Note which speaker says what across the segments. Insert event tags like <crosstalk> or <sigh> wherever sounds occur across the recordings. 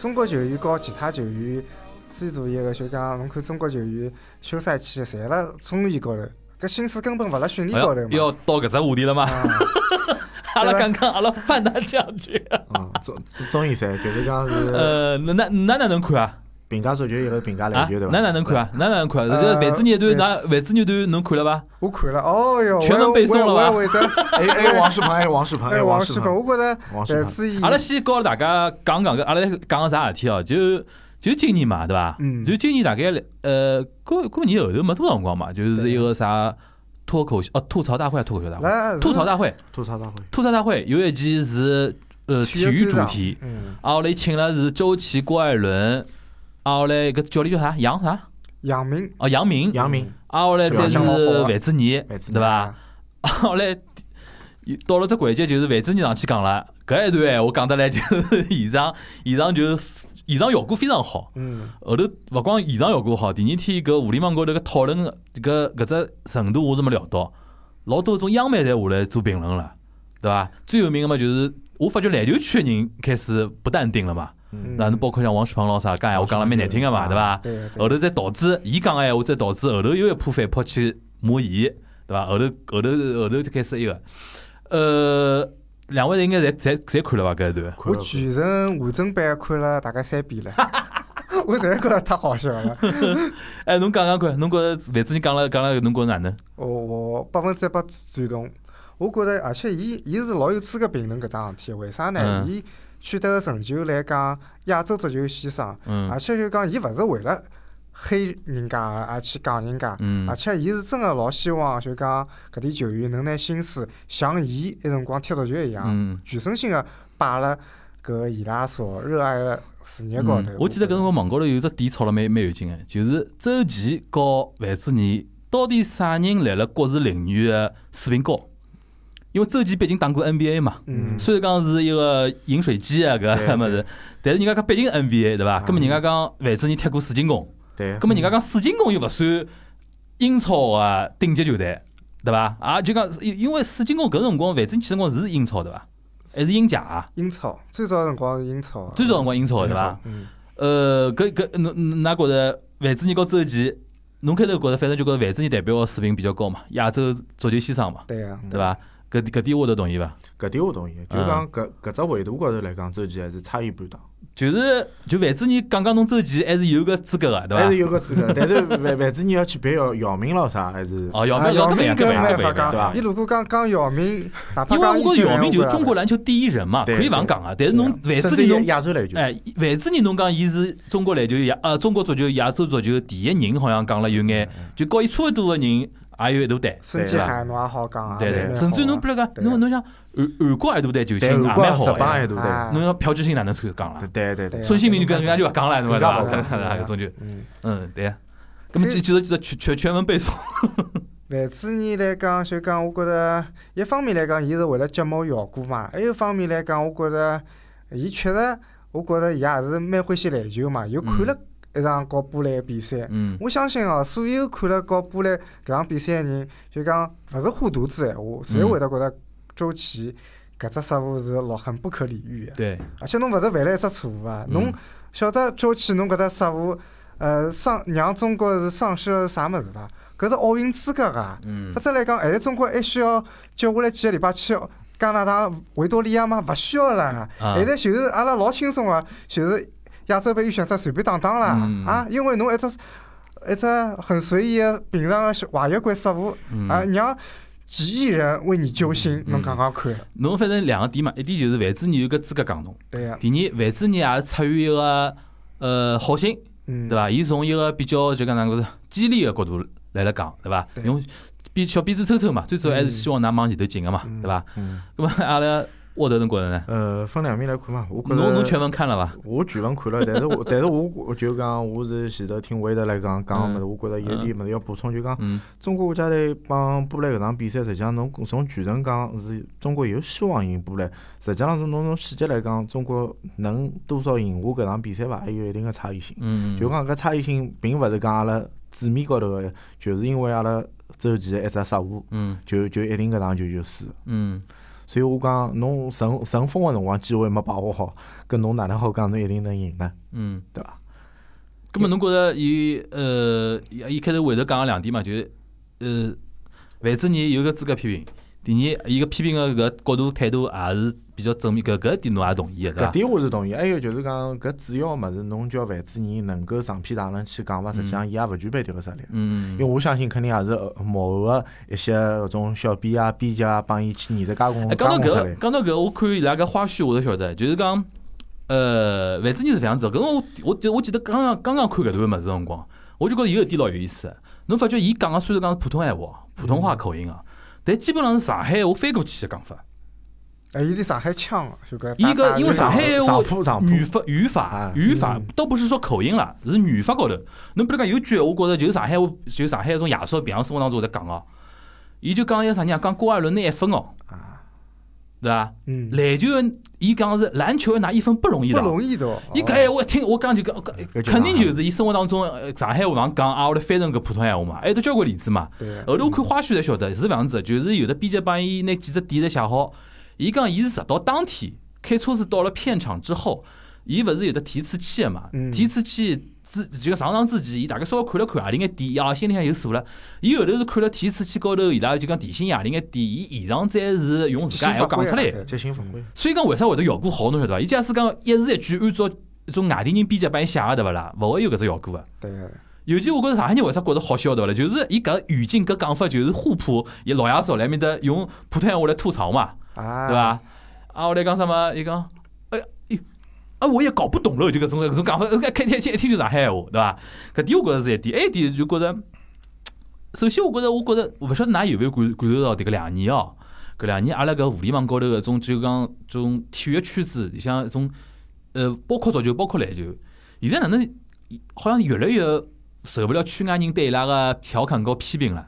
Speaker 1: 中国球员和其他球员最大一个就讲，侬看中国球员休赛期侪辣综艺高头，搿心思根本勿辣训练高头
Speaker 2: 哎
Speaker 1: 嘛
Speaker 2: 呀。要到搿只话题了吗？
Speaker 1: 啊
Speaker 2: <laughs> 阿
Speaker 1: 对
Speaker 2: 拉
Speaker 1: 吧
Speaker 2: 刚刚阿拉翻他两句。
Speaker 3: 嗯，综综艺赛就是讲是
Speaker 2: 呃，那那那哪能看啊？
Speaker 3: 评价足球一个评价
Speaker 2: 啊
Speaker 3: 篮，球对伐？
Speaker 2: 那哪能看啊？那哪能看啊？
Speaker 1: 呃
Speaker 2: 这万子乐队，
Speaker 1: 对
Speaker 2: 那万子乐队侬看了伐？
Speaker 1: 我看了，哦哟，
Speaker 2: 全能背诵了吧
Speaker 1: 我也会得，
Speaker 3: 哎哎，王世鹏，哎王世鹏，
Speaker 1: 哎，
Speaker 3: <laughs> 哎
Speaker 1: 王
Speaker 3: 世
Speaker 1: 世鹏，
Speaker 3: 鹏，
Speaker 1: 我觉着
Speaker 3: 王世
Speaker 1: 呃，
Speaker 3: 鹏，
Speaker 1: 之前
Speaker 2: 阿拉先告诉大家讲讲个，阿拉讲个啥事体哦？就就今年嘛，对伐？
Speaker 1: 嗯
Speaker 2: 就今年大概呃过过年后头没多少辰光嘛，就是一个啥脱口秀哦，吐槽大会啊，吐口秀大会，
Speaker 1: 来
Speaker 2: 吐槽大会，
Speaker 3: 吐槽大会，
Speaker 2: 吐槽大会有一期是呃体育主题，，
Speaker 1: 嗯，
Speaker 2: 啊，后来请了是周琦、郭艾伦，啊，后来搿教练叫啥杨啥？
Speaker 1: 杨明，
Speaker 2: 哦，杨明，
Speaker 3: 杨明，
Speaker 2: 啊，后来再
Speaker 1: 是
Speaker 2: 是
Speaker 1: 吧
Speaker 2: 范志毅，
Speaker 3: 范志毅
Speaker 2: 对伐？啊后来到了这环节，就是范志毅上去讲了，搿一段闲话讲得来就是 <laughs> 现场，现场就是现场效果非常好。
Speaker 1: 嗯，
Speaker 2: 后头勿光现场效果好，第二天搿互联网高头搿讨论搿搿只程度我是没料到，老多种央媒侪下来做评论了，对伐？最有名个嘛就是我发觉篮球圈的人开始不淡定了嘛，
Speaker 3: 嗯
Speaker 2: 那侬包括像王世鹏老师啊讲闲话讲了蛮难听个嘛，对伐？
Speaker 1: 对的对
Speaker 2: 后
Speaker 1: 的，
Speaker 2: 头再导致伊讲个闲话，再导致后头又一波反扑去骂伊，对伐？后头后头后头就开始一个，呃，两位应该侪侪侪看了伐？搿一段，
Speaker 1: 我
Speaker 3: 看了看
Speaker 1: 全程完整版看了大概三
Speaker 2: <laughs>
Speaker 1: 遍了，我实在觉得太好笑了。
Speaker 2: 哎，侬讲讲看，侬觉着范志毅讲了讲了，侬觉着哪能？
Speaker 1: 我哦我百分之一百赞同。我觉着，而且伊伊是老有资格评论搿桩事体，为啥呢？
Speaker 2: 嗯
Speaker 1: 伊取得个成就来讲，亚洲足球先生，而
Speaker 2: 嗯
Speaker 1: 且就讲伊勿是为了黑人家而而去讲人家，
Speaker 2: 嗯
Speaker 1: 而且伊是真个老希望就讲搿点球员能拿心思像伊那辰光踢足球一样，
Speaker 2: 嗯。
Speaker 1: 全身心个摆辣搿伊拉所热爱个事业高头
Speaker 2: 嗯。我记得搿辰光网高头有只点吵了蛮蛮有劲个，就是周琦和范志毅到底啥人来了各自领域的水平高？因为周琦毕竟打过 NBA 嘛，
Speaker 1: 嗯
Speaker 2: 虽然讲是一个饮水机啊搿
Speaker 3: 对
Speaker 2: 物事，但是人家讲毕竟 NBA 对伐？
Speaker 3: 嗯
Speaker 2: 葛末人家讲范志毅踢过水晶宫，
Speaker 3: 对
Speaker 2: 葛，末人家讲水晶宫又勿算英超啊顶级球队对伐？啊就讲因因为水晶宫搿辰光范志毅去辰光是英超对伐？还是英甲啊？
Speaker 1: 英超最早辰光是英超，啊
Speaker 2: 最早辰光英超对伐？
Speaker 1: 嗯，
Speaker 2: 呃，搿搿侬侬㑚觉着范志毅和周琦，侬开头觉着反正就觉着范志毅代表个水平比较高嘛，亚洲足球先生嘛，
Speaker 1: 对啊个，
Speaker 2: 对伐？搿搿点我都同意伐？
Speaker 3: 搿点我同意，就
Speaker 2: 嗯
Speaker 3: 讲搿搿只维度高头来讲，周琦还是差一半档，
Speaker 2: 就是就范志毅讲讲侬周琦还是有搿资格个，对
Speaker 3: 还是
Speaker 2: 伐？
Speaker 3: 有个资格，但 <laughs> 是范范志毅要去别姚姚明了啥，还是
Speaker 2: 哦，姚
Speaker 1: 啊
Speaker 2: 明姚
Speaker 1: 姚
Speaker 2: 明
Speaker 1: 明
Speaker 2: 搿
Speaker 1: 搿
Speaker 2: 搿
Speaker 1: 没
Speaker 2: 搿
Speaker 1: 法
Speaker 2: 对伐
Speaker 1: 讲，伊？如果讲讲姚明，哪怕
Speaker 2: 因为
Speaker 1: 讲
Speaker 2: 我
Speaker 1: 一
Speaker 2: 觉着
Speaker 1: 九
Speaker 2: 姚明就是中国
Speaker 1: 人，
Speaker 2: 篮球第一人嘛，
Speaker 3: 对
Speaker 2: 可以勿能讲啊。但是侬范
Speaker 3: 甚
Speaker 2: 志
Speaker 3: 至
Speaker 2: 毅侬
Speaker 3: 亚洲篮球，
Speaker 2: 哎，范志毅侬讲伊是中国篮球亚呃中国足球亚洲足球第一人，好像讲了有
Speaker 3: 嗯
Speaker 2: 眼，就跟伊差勿多个人也有一大堆。
Speaker 1: 孙继海侬也好讲啊，
Speaker 2: 对
Speaker 1: 对
Speaker 2: 对，
Speaker 1: 吧
Speaker 2: 甚至于侬比
Speaker 1: 对
Speaker 2: 如讲，
Speaker 1: 对
Speaker 2: 侬侬像韩韩国还都队球星也
Speaker 3: 对，如
Speaker 2: 蛮
Speaker 3: 果
Speaker 2: 好
Speaker 3: 十八
Speaker 2: 哎
Speaker 3: 还，多对，
Speaker 1: 啊
Speaker 2: 侬像朴智星哪能算讲了？
Speaker 3: 对对对，
Speaker 2: 孙兴民就跟人家就勿讲了，侬晓得伐？
Speaker 3: 更加
Speaker 1: 勿讲
Speaker 2: <laughs>
Speaker 1: 了
Speaker 2: 搿种就
Speaker 1: 嗯，
Speaker 2: 嗯对呀。咁么，继继续继续全全全文背诵，
Speaker 1: 范志毅来讲，就讲我觉着，一方面来讲，伊是为了节目效果嘛；，还有一方面来讲，我觉着，伊确实，我觉着伊也是蛮欢喜篮球嘛，又看了一场搞波兰比赛。
Speaker 2: 嗯
Speaker 1: 我相信哦，所有看了搞波兰搿场比赛的人，就讲勿是花肚子闲话，
Speaker 2: 嗯
Speaker 1: 侪会得觉着周琦搿只失误是老很不可理喻的。
Speaker 2: 对，
Speaker 1: 而且侬勿是犯了一只错误啊，
Speaker 2: 嗯
Speaker 1: 侬晓得周琦侬搿只失误，呃，丧让中国是丧失了啥物事伐？搿是奥运资格啊！
Speaker 2: 嗯
Speaker 1: 否则来讲，现在中国还需要接下来几个礼拜去加拿大维多利亚吗？勿需要啦，
Speaker 2: 啊
Speaker 3: 哎
Speaker 1: 现在就是阿拉老轻松啊，就是亚洲杯预选赛随便打打啦
Speaker 2: 嗯
Speaker 1: 啊！因为侬一只一只很随意的平常的滑越棍失误啊，
Speaker 2: 嗯，
Speaker 1: 让几亿人为你揪心，
Speaker 2: 嗯
Speaker 1: 侬讲讲看，
Speaker 2: 侬反正两个点嘛，一点就是范志毅有搿资格讲侬，
Speaker 1: 对呀，
Speaker 2: 第二范志毅也是出于一个呃好心，
Speaker 1: 嗯，
Speaker 2: 对伐？伊从一个比较就讲哪能讲激励个角度来了讲，对伐？
Speaker 1: 对
Speaker 2: 用鞭小鞭子抽抽嘛，最主要还是希望㑚往前头进个嘛，
Speaker 1: 嗯
Speaker 2: 对伐？
Speaker 3: 嗯。
Speaker 2: 咁么阿拉沃德侬觉着呢？
Speaker 3: 呃，分两面来看嘛，我觉着
Speaker 2: 侬侬全文看了伐？
Speaker 3: 我全文看了，但是我但是我我就讲我是前头听韦德来讲讲个物事，我觉着有点物事要补充，就讲
Speaker 2: 嗯
Speaker 3: 中国国家队帮波兰搿场比赛，实际上侬从全程讲是中国有希望赢波兰，实际上从侬从细节来讲，中国能多少赢下搿场比赛伐，还有一定个差异性。
Speaker 2: 嗯，
Speaker 3: 就讲搿差异性，并勿是讲阿拉纸面高头个，就是因为阿拉周琦的一只失误，
Speaker 2: 嗯
Speaker 3: 就就一定搿场球就输了。
Speaker 2: 嗯
Speaker 3: 所以我讲侬顺顺风个辰光机会没把握好，搿侬哪能好讲侬一定能赢呢？
Speaker 2: 嗯，
Speaker 3: 对伐？
Speaker 2: 咁么侬觉着伊呃，伊开头回头讲了两点嘛，就是呃，范志毅有个资格批评，第二，伊个批评个搿角度态度也是比较正面，搿搿点侬也同意个对
Speaker 3: 搿
Speaker 2: 伐？
Speaker 3: 点我是同意。还哎有就是讲搿主要物事，侬叫范志毅能够上篇大论去讲伐？实际上伊也勿具备迭个实力。
Speaker 2: 嗯
Speaker 3: 因为，我相信肯定也是呃幕后个一些搿种小编啊、编辑啊，帮伊去艺术加工
Speaker 2: 哎
Speaker 3: 加
Speaker 2: 讲到
Speaker 3: 工出来
Speaker 2: 搿，。讲到搿，我看伊拉搿花絮，我才晓得，就是讲，呃，范志毅是这样子的。搿辰光我我记得我记得刚刚刚刚看搿段物事辰光，我就觉着伊有一点老有意思的。侬发觉伊讲个虽然讲是普通闲话，普通话口音啊，但基本上是上海闲话翻过去个讲法。
Speaker 1: 哎，伊的上海腔啊，就搿
Speaker 2: 伊
Speaker 1: 打
Speaker 2: 个
Speaker 1: 打
Speaker 2: 因为
Speaker 1: 就是
Speaker 2: 上海闲话
Speaker 3: 上铺上
Speaker 2: 啊
Speaker 3: 铺
Speaker 2: 语法语法
Speaker 3: 啊
Speaker 2: 语法
Speaker 1: 嗯
Speaker 2: 倒不是说口音啦，是语法高头。侬比如讲有句闲话，觉着就是上海话，就是上海那种夜宵平常生活当中会得讲哦。伊就讲一个啥人啊，讲郭艾伦拿一分哦，对伐？
Speaker 1: 嗯，
Speaker 2: 篮球的伊讲是篮球要拿一分不容易
Speaker 1: 不
Speaker 2: 的。
Speaker 1: 容易的哦。
Speaker 2: 伊搿闲话一听，我讲就讲，
Speaker 3: 搿就
Speaker 2: 肯定就是伊生活当中呃上海话上讲，也会得翻成搿普通闲话嘛，还有得交关例子嘛。
Speaker 1: 对啊，
Speaker 2: 后头我看花絮才晓得是搿样子，就是有的编辑帮伊拿几只点侪写好，伊讲伊是直到当天开车子到了片场之后，伊勿是有的提词器的嘛
Speaker 1: 嗯，
Speaker 2: 提词器。之就上场之前，伊大概稍微看了看，何里眼点，伊也心里向有数了。伊后头是看了提词器高头，伊拉就讲提醒伊何里眼点，伊现场再是用自家闲话讲出来的。
Speaker 3: 即兴发挥。
Speaker 2: 所以讲为啥会得效果好，侬晓得伐？伊假使讲一字一句按照一种外地人编辑帮伊写个对勿啦，勿会有搿只效果个。
Speaker 1: 对啊，
Speaker 2: 尤其我觉着上海人为啥觉着好笑对勿啦？就是伊搿语境搿讲法就是互补，伊老爷子来面搭用普通闲话来吐槽嘛，
Speaker 1: 啊，
Speaker 2: 对？伐？啊，后来讲什么？伊讲，哎呀，哎啊，我也搞不懂了，就搿种搿种讲法，呃开天一听就上海闲话，对伐？搿点我觉着是一点，还有一哎点就觉着，首先我觉着，我觉着，勿晓得㑚有没有感感受到迭个两年哦，搿两年阿拉搿互联网高头搿种就讲种体育圈子里向一种，呃，包括足球，包括篮球，现在哪能好像越来越受勿了圈外人对伊拉个调侃和批评了。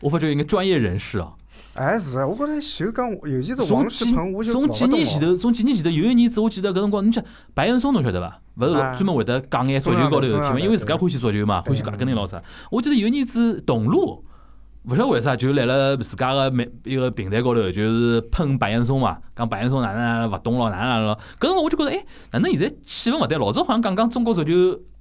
Speaker 2: 我发觉应该专业人士哦，
Speaker 1: 哎是啊，我觉着就讲，尤其是
Speaker 2: 从
Speaker 1: 王仕
Speaker 2: 几
Speaker 1: 鹏，我就
Speaker 2: 从
Speaker 1: 搞
Speaker 2: 几
Speaker 1: 不
Speaker 2: 年
Speaker 1: 懂
Speaker 2: 前
Speaker 1: 哦
Speaker 2: 头，从几年前头有一年子，我记得搿辰光，侬讲白岩松侬晓得伐？勿是
Speaker 1: 啊
Speaker 2: 专门会得讲眼足球高头的事
Speaker 1: 中
Speaker 2: 体
Speaker 1: 央
Speaker 2: 嘛，
Speaker 1: 的
Speaker 2: 因为自家欢喜足球嘛，
Speaker 1: 对
Speaker 2: 欢喜阿根廷老啥。我记得有一年子同路，勿晓得为啥就来了自家个每一个平台高头，就是喷白岩松嘛，讲白岩松哪能哪能勿懂咯，哪能哪能咯。搿辰光我就觉着，哎，哪能现在气氛勿对？老早好像讲讲中国足球，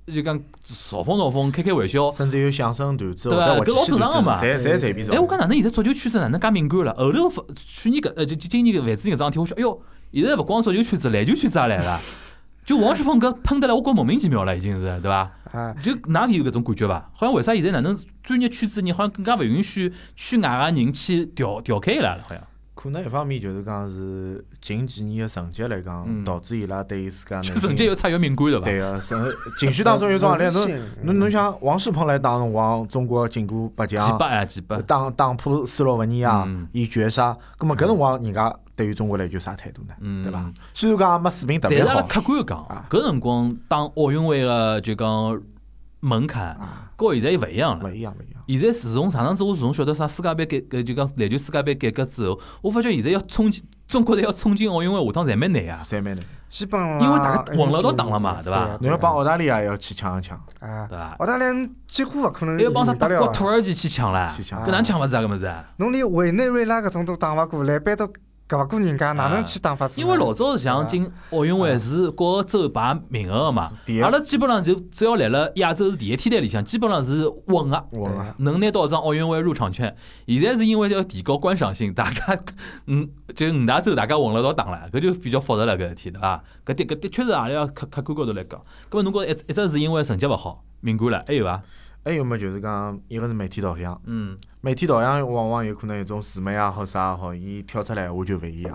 Speaker 2: 就讲嘲讽嘲讽，开开玩笑。
Speaker 3: 甚至有相声段子，
Speaker 2: 对
Speaker 3: 或
Speaker 2: 吧搿
Speaker 3: 者
Speaker 2: 老
Speaker 3: 话剧
Speaker 2: 正常
Speaker 3: 段
Speaker 2: 的嘛
Speaker 3: 子，侪侪随便
Speaker 2: 哎，
Speaker 3: 找
Speaker 2: 我。讲哪能现在足球圈子哪能介敏感了？后头发去年搿呃就就今年搿范志毅搿桩事体，我想哎哟，现在勿光足球圈子，篮球圈子也来了。 <laughs> 就王仕鹏搿喷得来，我觉莫名其妙了，已经是对伐？
Speaker 1: 啊，
Speaker 2: 就㑚有搿种感觉伐？好像为啥现在哪能专业圈子人好像更加勿允许圈外个人去调调侃伊拉了？好像
Speaker 3: 可能一方面就是讲是近几年的成绩来
Speaker 2: 嗯
Speaker 3: 讲，导致伊拉对伊自家
Speaker 2: 就
Speaker 3: 内
Speaker 2: 成
Speaker 3: 心
Speaker 2: 绩越差越敏感对伐？
Speaker 3: 对个，成情绪当中有
Speaker 2: <laughs>
Speaker 3: 种压力。
Speaker 1: 自
Speaker 3: 侬
Speaker 1: 信
Speaker 3: 侬侬想王仕鹏来打辰光，中国进过八
Speaker 2: 几
Speaker 3: 强
Speaker 2: 百，啊几百，
Speaker 3: 打打破斯洛文尼亚
Speaker 2: 嗯，
Speaker 3: 伊绝杀。葛么搿辰光人家对于中国篮球啥态度呢？
Speaker 2: 嗯
Speaker 3: 对伐？虽然讲也没水平特
Speaker 2: 但是
Speaker 3: 别
Speaker 2: 阿拉
Speaker 3: 好，
Speaker 2: 客观地讲
Speaker 3: 啊，
Speaker 2: 搿辰光当奥运会个就讲门槛，
Speaker 3: 啊，
Speaker 2: 和现在又勿一样了
Speaker 3: 勿。一样勿一样。
Speaker 2: 现在自从上趟子我自从晓得啥世界杯改改就讲篮球世界杯改革之后，我发觉现在要冲进中国队要冲进奥运会，下趟侪蛮难啊。
Speaker 3: 侪蛮难，
Speaker 1: 基本上
Speaker 2: 因为大家混了一道打了嘛对吧
Speaker 1: 啊
Speaker 3: 侬要帮
Speaker 1: 啊
Speaker 3: 澳大利亚要去抢一抢，
Speaker 1: 啊
Speaker 2: 对，吧
Speaker 1: 澳大利亚几乎勿可能
Speaker 2: 还要帮啥
Speaker 1: 赢得
Speaker 2: 德国、
Speaker 1: 了
Speaker 2: 土
Speaker 1: 啊。
Speaker 2: 耳其去抢啦，
Speaker 3: 去抢
Speaker 2: 搿哪抢勿着搿物事啊？
Speaker 1: 侬连委内瑞拉搿种都打勿过，来搬到搿勿过人家，哪
Speaker 2: 啊
Speaker 1: 能去打法子呢？
Speaker 2: 因为老早像进奥运会是各个州排名额个嘛
Speaker 3: 第，一
Speaker 2: 阿拉基本上就只要来了亚洲是第一梯队里向，基本上是稳个。
Speaker 3: 我啊
Speaker 2: 能拿到一张奥运会入场券，现在是因为要提高观赏性，大家嗯，就五大洲大家混了一道打了，搿就比较复杂了搿事体，对伐？搿的搿的确是阿拉要客客观高头来讲，搿么侬觉着一一只是因为成绩勿好敏感了，还有伐？
Speaker 3: 还有么就是讲，一个是媒体导向，
Speaker 2: 嗯，
Speaker 3: 媒体导向往往有可能一种自媒也好啥也好，伊跳出来闲话就勿一样，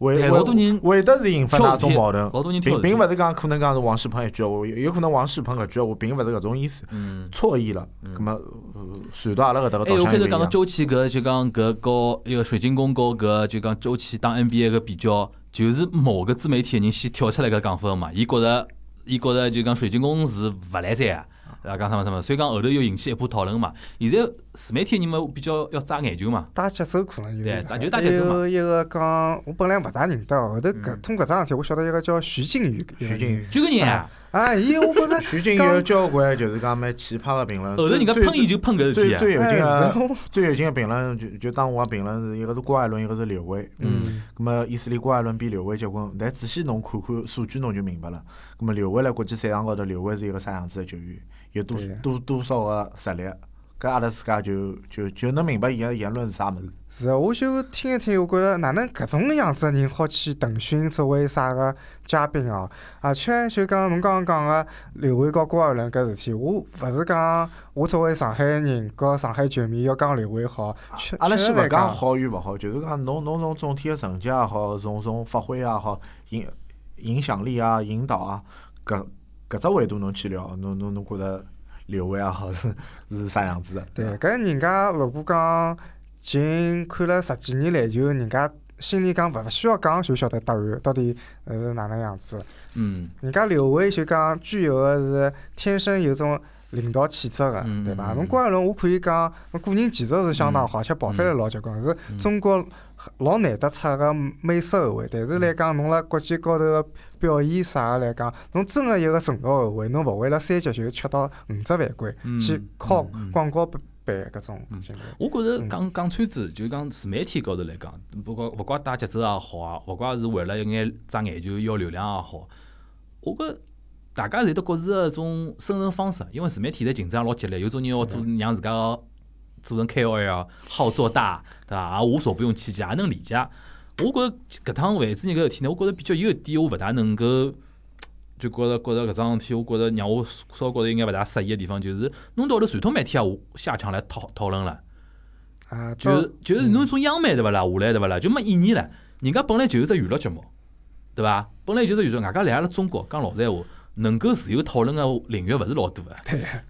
Speaker 2: 对
Speaker 3: 会
Speaker 2: 老多人
Speaker 3: 会会得是引发
Speaker 2: 跳
Speaker 3: 大
Speaker 2: 舞
Speaker 3: 众
Speaker 2: 贴
Speaker 3: 矛盾，
Speaker 2: 老多人跳
Speaker 3: 并
Speaker 2: 舞
Speaker 3: 并
Speaker 2: 贴
Speaker 3: 勿是讲可能讲是王仕鹏一句闲话，有有可能王仕鹏搿句闲话并勿是搿种意思，
Speaker 2: 嗯。
Speaker 3: 错意了，葛么呃传到阿拉搿搭个
Speaker 2: 哎，
Speaker 3: 导
Speaker 2: 我
Speaker 3: 向
Speaker 2: 开
Speaker 3: 就
Speaker 2: 头
Speaker 3: 勿一
Speaker 2: 讲到
Speaker 3: 样。
Speaker 2: 周琦搿就讲搿和一个水晶宫和搿就讲周琦当 NBA 搿比较，就是某个自媒体的人先跳出来搿讲法嘛，伊觉着伊觉着就讲水晶宫是勿来三啊，啊讲什么什么，所以讲后头又引起一波讨论嘛。现在自媒体人嘛比较要抓眼球嘛，
Speaker 1: 打节奏可能有
Speaker 2: 对
Speaker 1: 点。
Speaker 2: 打就打节奏嘛嗯
Speaker 1: 还有一个讲，我本来勿大认得，后头搿通搿桩事体，我晓得一个叫徐静宇。
Speaker 3: 徐静。宇，
Speaker 2: 就搿人
Speaker 1: 啊
Speaker 2: 啊，
Speaker 1: 啊，伊我觉着
Speaker 3: <laughs> 徐静有交关就是讲蛮奇葩的评论，
Speaker 2: 后头人家
Speaker 3: 啊最
Speaker 2: 喷伊就喷搿事体
Speaker 3: 最
Speaker 2: 啊，
Speaker 3: 最有劲
Speaker 1: 哎
Speaker 3: 的 <laughs> 最有劲的评论就就当我的评论是一个是郭艾伦，一个是刘伟。
Speaker 1: 嗯
Speaker 3: 咁啊么意思里郭艾伦比刘伟结棍，但仔细侬看看数据侬就明白了。咁么刘伟辣国际赛场高头，刘伟是一个啥样子的球员，有多
Speaker 1: 对呀
Speaker 3: 多多少个实力，搿阿拉自家就就就能明白伊个言论是啥物事。
Speaker 1: 是啊，我就听一听，我觉着哪能搿种样子的人好去腾讯作为啥个嘉宾哦？而且就讲侬刚刚讲个刘伟和郭艾伦搿事体，我勿是讲我作为上海人和上海球迷要讲刘伟好，确
Speaker 3: 啊阿拉
Speaker 1: 确
Speaker 3: 先
Speaker 1: 实
Speaker 3: 勿
Speaker 1: 来
Speaker 3: 讲好与勿好，就是讲侬侬从总体个成绩也好，从从发挥也好，影影响力啊、引导啊，搿搿只维度侬去聊，侬侬侬觉着刘伟也好 <laughs> 是是啥样子的？
Speaker 1: 对，搿人家如果讲近看了十几年篮球，人家心里讲勿需要讲就晓得答案到底呃是哪能样子。
Speaker 2: 嗯，
Speaker 1: 人家刘伟就讲具有个是天生有种领导气质个
Speaker 2: 嗯，
Speaker 1: 对伐？
Speaker 2: 嗯
Speaker 1: 侬郭艾伦，我可以讲，侬个人技术是相当好，而且跑翻来老结棍，是
Speaker 2: 嗯
Speaker 1: 中国老难得出个美式后卫。但
Speaker 2: 嗯
Speaker 1: 是来讲，侬辣国际高头个表现啥个来讲，侬真个一个纯熟后卫，侬勿会辣三级就吃到五只犯规
Speaker 2: 嗯，
Speaker 1: 去靠
Speaker 2: 嗯嗯
Speaker 1: 广告版搿种
Speaker 2: 嗯
Speaker 1: 行为。
Speaker 2: 我觉着
Speaker 1: 嗯
Speaker 2: 讲讲穿子，就是讲自媒体高头来讲，不管勿管打节奏也好啊，勿管是为了一眼赚眼球要流量也好，我觉着大家侪都各自个种生存方式，啊因为自媒体现在竞争也老激烈，有种人要做让自家个做成 KOL，好啊做大，对伐？也无所不用其极，也能理解。我觉着搿趟万子人搿事体呢，我觉着比较有一点我勿大能够。就觉着觉着搿桩事体，我觉着让我稍觉着应该勿大适宜个地方，就是弄到后头传统媒体也下场来讨讨论了。
Speaker 1: 啊，
Speaker 2: 就
Speaker 1: 到
Speaker 2: 是就是侬从央媒对勿啦，下来对勿啦，就没意义了。人家本来就是只娱乐节目，对伐？本来就是娱乐，外加来阿拉中国讲老实闲话，能够自由讨论个领域勿是老多个，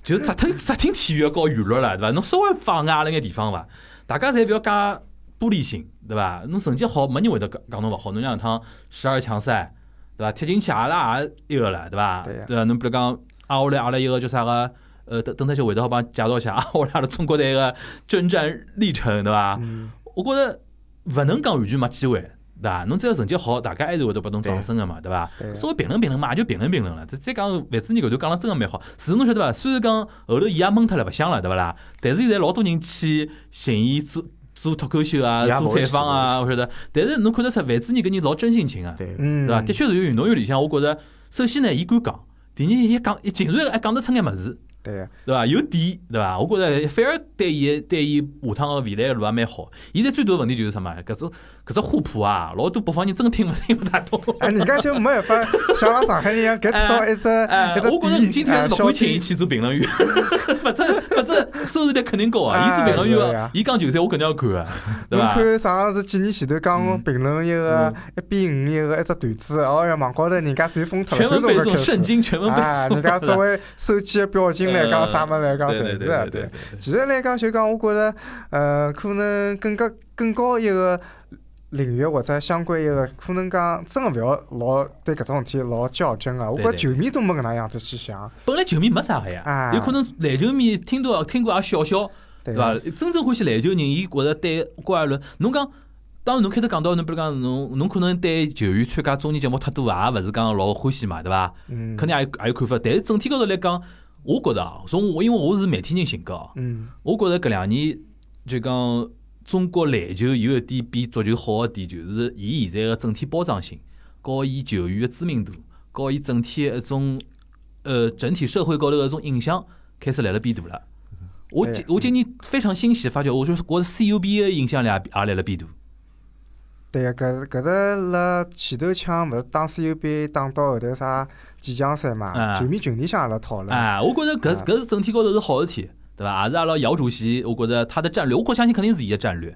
Speaker 2: 就是只听只听体育和娱乐了，对伐？侬稍微放外了眼地方伐，大家侪勿要介玻璃心，对伐？侬成绩好，没人会得讲讲侬勿好。侬像趟十二强赛，对伐？踢进去阿拉也一个了，对伐？
Speaker 1: 对呀
Speaker 2: 对伐？侬比如讲，挨下来阿拉一个叫啥个？呃，等等特些回头好帮介绍一下，挨 <laughs> 下来阿拉中国队个征战历程，对伐？
Speaker 1: 嗯，
Speaker 2: 我觉着勿能讲完全没机会，对伐？侬只要成绩好，大家还是会得拨侬掌声个嘛，对伐？
Speaker 1: 对
Speaker 2: 稍微评论评论嘛，也就评论评论了。再再讲，万子尼搿段讲了真个蛮好。是侬晓得伐？虽然讲后头伊也闷脱了，勿想了，对勿啦？但是现在老多人去寻伊做做脱口秀啊
Speaker 3: 也，
Speaker 2: 做
Speaker 3: 勿会
Speaker 2: 采
Speaker 3: 去
Speaker 2: 访啊，
Speaker 3: 勿
Speaker 2: 我晓得。但是侬看得出万子尼搿人老真性情啊，
Speaker 3: 对，
Speaker 1: 嗯，
Speaker 2: 对伐？的确是有运动员里向，我觉着首先呢，伊敢讲，第二伊讲，伊竟然还讲得出眼物事。
Speaker 1: 对，
Speaker 2: 对伐？有底，对伐？我觉着反而对伊对伊下趟个未来个路也蛮好。现在最大个问题就是什么？搿种搿只互谱啊，老多北方人真个听勿听勿大懂。
Speaker 1: <laughs> 哎，人家就没办法像阿拉上海人一样 get 到一只
Speaker 2: 哎， <laughs>
Speaker 1: 一只
Speaker 2: 我觉着你
Speaker 1: 点
Speaker 2: 今天
Speaker 1: 啊
Speaker 2: 是勿
Speaker 1: 消
Speaker 2: 敢请伊
Speaker 1: 点
Speaker 2: 去做评论员， <laughs> 反正反正收视率肯定高啊。伊做评论员
Speaker 1: 哎对
Speaker 2: 啊嗯
Speaker 1: 啊，
Speaker 2: 伊讲球赛我肯定要看个，对
Speaker 1: 侬
Speaker 2: 伐？
Speaker 1: 看上次几年前头刚
Speaker 2: 嗯
Speaker 1: 评论一个一比五一个一只段子，哦哟，网高头人家全封脱了，
Speaker 2: 全文背诵，圣
Speaker 1: 圣经
Speaker 2: 经全文背
Speaker 1: 啊，人家
Speaker 2: 诵。
Speaker 1: 作为手机的表情来讲，
Speaker 2: 呃
Speaker 1: 啥么来讲，
Speaker 2: 对
Speaker 1: 侪
Speaker 2: 对
Speaker 1: 是
Speaker 2: 对
Speaker 1: 的
Speaker 2: 对对。
Speaker 1: 其实来讲，就讲我觉着，呃，可能更加更高一个领域或者相关一个，可能讲真个勿要老对搿种事体老较真啊。我觉着
Speaker 2: 对对
Speaker 1: 球迷都没搿能样子去想，
Speaker 2: 本来球迷没啥个呀，
Speaker 1: 啊
Speaker 2: 有可能篮球迷听多听过也笑笑。
Speaker 1: 对
Speaker 2: 哎对伐？？真正欢喜篮球人，伊觉着对郭艾伦，侬讲，当然侬开头讲到，侬比如讲侬，侬可能对球员参加综艺节目太多，也勿是讲老欢喜嘛，对伐？
Speaker 1: 嗯，
Speaker 2: 肯定也有也有看法，但是整体高头来讲，我觉着啊，从我因为我是媒体人性格啊，
Speaker 1: 嗯，
Speaker 2: 我觉着搿两年就讲中国篮球有一点比足球好个点，就是伊现在个整体包装性，和伊球员个知名度，和伊整体一种呃整体社会高头个一种影响开始来了变大了。我
Speaker 1: 对
Speaker 2: 今我今年非常欣喜发觉，我就是觉着 CUBA 个影响力也也来了变大。
Speaker 1: 对呀，搿搿搭辣前头抢，勿是打 CUBA 打到后头啥几强赛
Speaker 2: 啊
Speaker 1: 嘛，球迷群里向也辣讨论。
Speaker 2: 哎，我觉着搿是
Speaker 1: 啊
Speaker 2: 搿是整体高头是好事体，对伐？也是阿拉姚主席，我觉着他的战略，我觉相信肯定是伊个战略，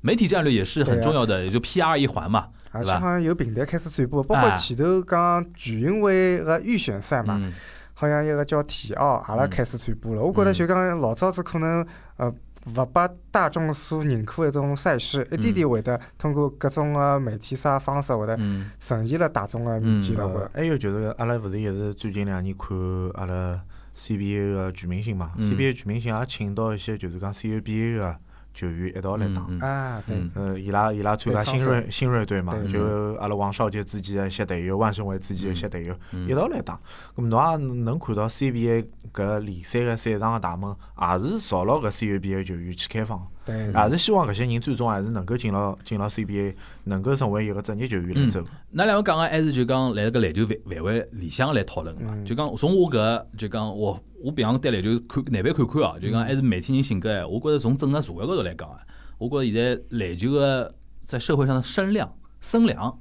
Speaker 2: 媒体战略也是很
Speaker 1: 对啊
Speaker 2: 重要的，也就 PR 一环嘛，
Speaker 1: 而
Speaker 2: 对
Speaker 1: 且
Speaker 2: 吧
Speaker 1: 好像有平台开始转播，包
Speaker 2: 啊
Speaker 1: 括前头讲全运会个预选赛嘛，
Speaker 2: 嗯。
Speaker 1: 好像一个叫体奥，阿拉
Speaker 2: 嗯
Speaker 1: 开始转播了。我觉着
Speaker 2: 嗯
Speaker 1: 就讲老早子可能呃勿被大众所认可的一种赛事，一点点会得通过各种个媒体啥方式会得
Speaker 2: 嗯
Speaker 1: 呈现了大众个面前了。
Speaker 3: 呃
Speaker 1: 我
Speaker 3: 还有就是阿拉勿是一直最近两年看阿拉 CBA 个全明星嘛
Speaker 2: 嗯
Speaker 3: ，CBA 全明星也请到一些就是讲 CUBA 个球员一道来打。
Speaker 2: 嗯
Speaker 1: 啊，对，
Speaker 2: 嗯
Speaker 3: 呃，伊拉伊拉参加新锐新锐队嘛，
Speaker 1: 对
Speaker 3: 就阿拉王少杰自己的一些队友，万胜伟自己的一些队友
Speaker 2: 嗯
Speaker 3: 一道来打。咁么侬也能看到 CBA 搿联赛个赛场个大门，也是朝牢搿 CUBA 球员去开放，
Speaker 1: 对，
Speaker 2: 啊
Speaker 3: 也是希望搿些人最终还是能够进牢进牢 CBA，能够成为一个职业球员来走。
Speaker 2: 那两个讲个还是就讲来个篮球范范围里向来讨论个嘛
Speaker 1: 嗯，
Speaker 2: 就讲从我搿就讲我我平常对篮球看难办看看哦，就讲还是媒体人性格哎，我觉着从整个社会高头来讲啊，我觉着现在篮球个在社会上的声量声量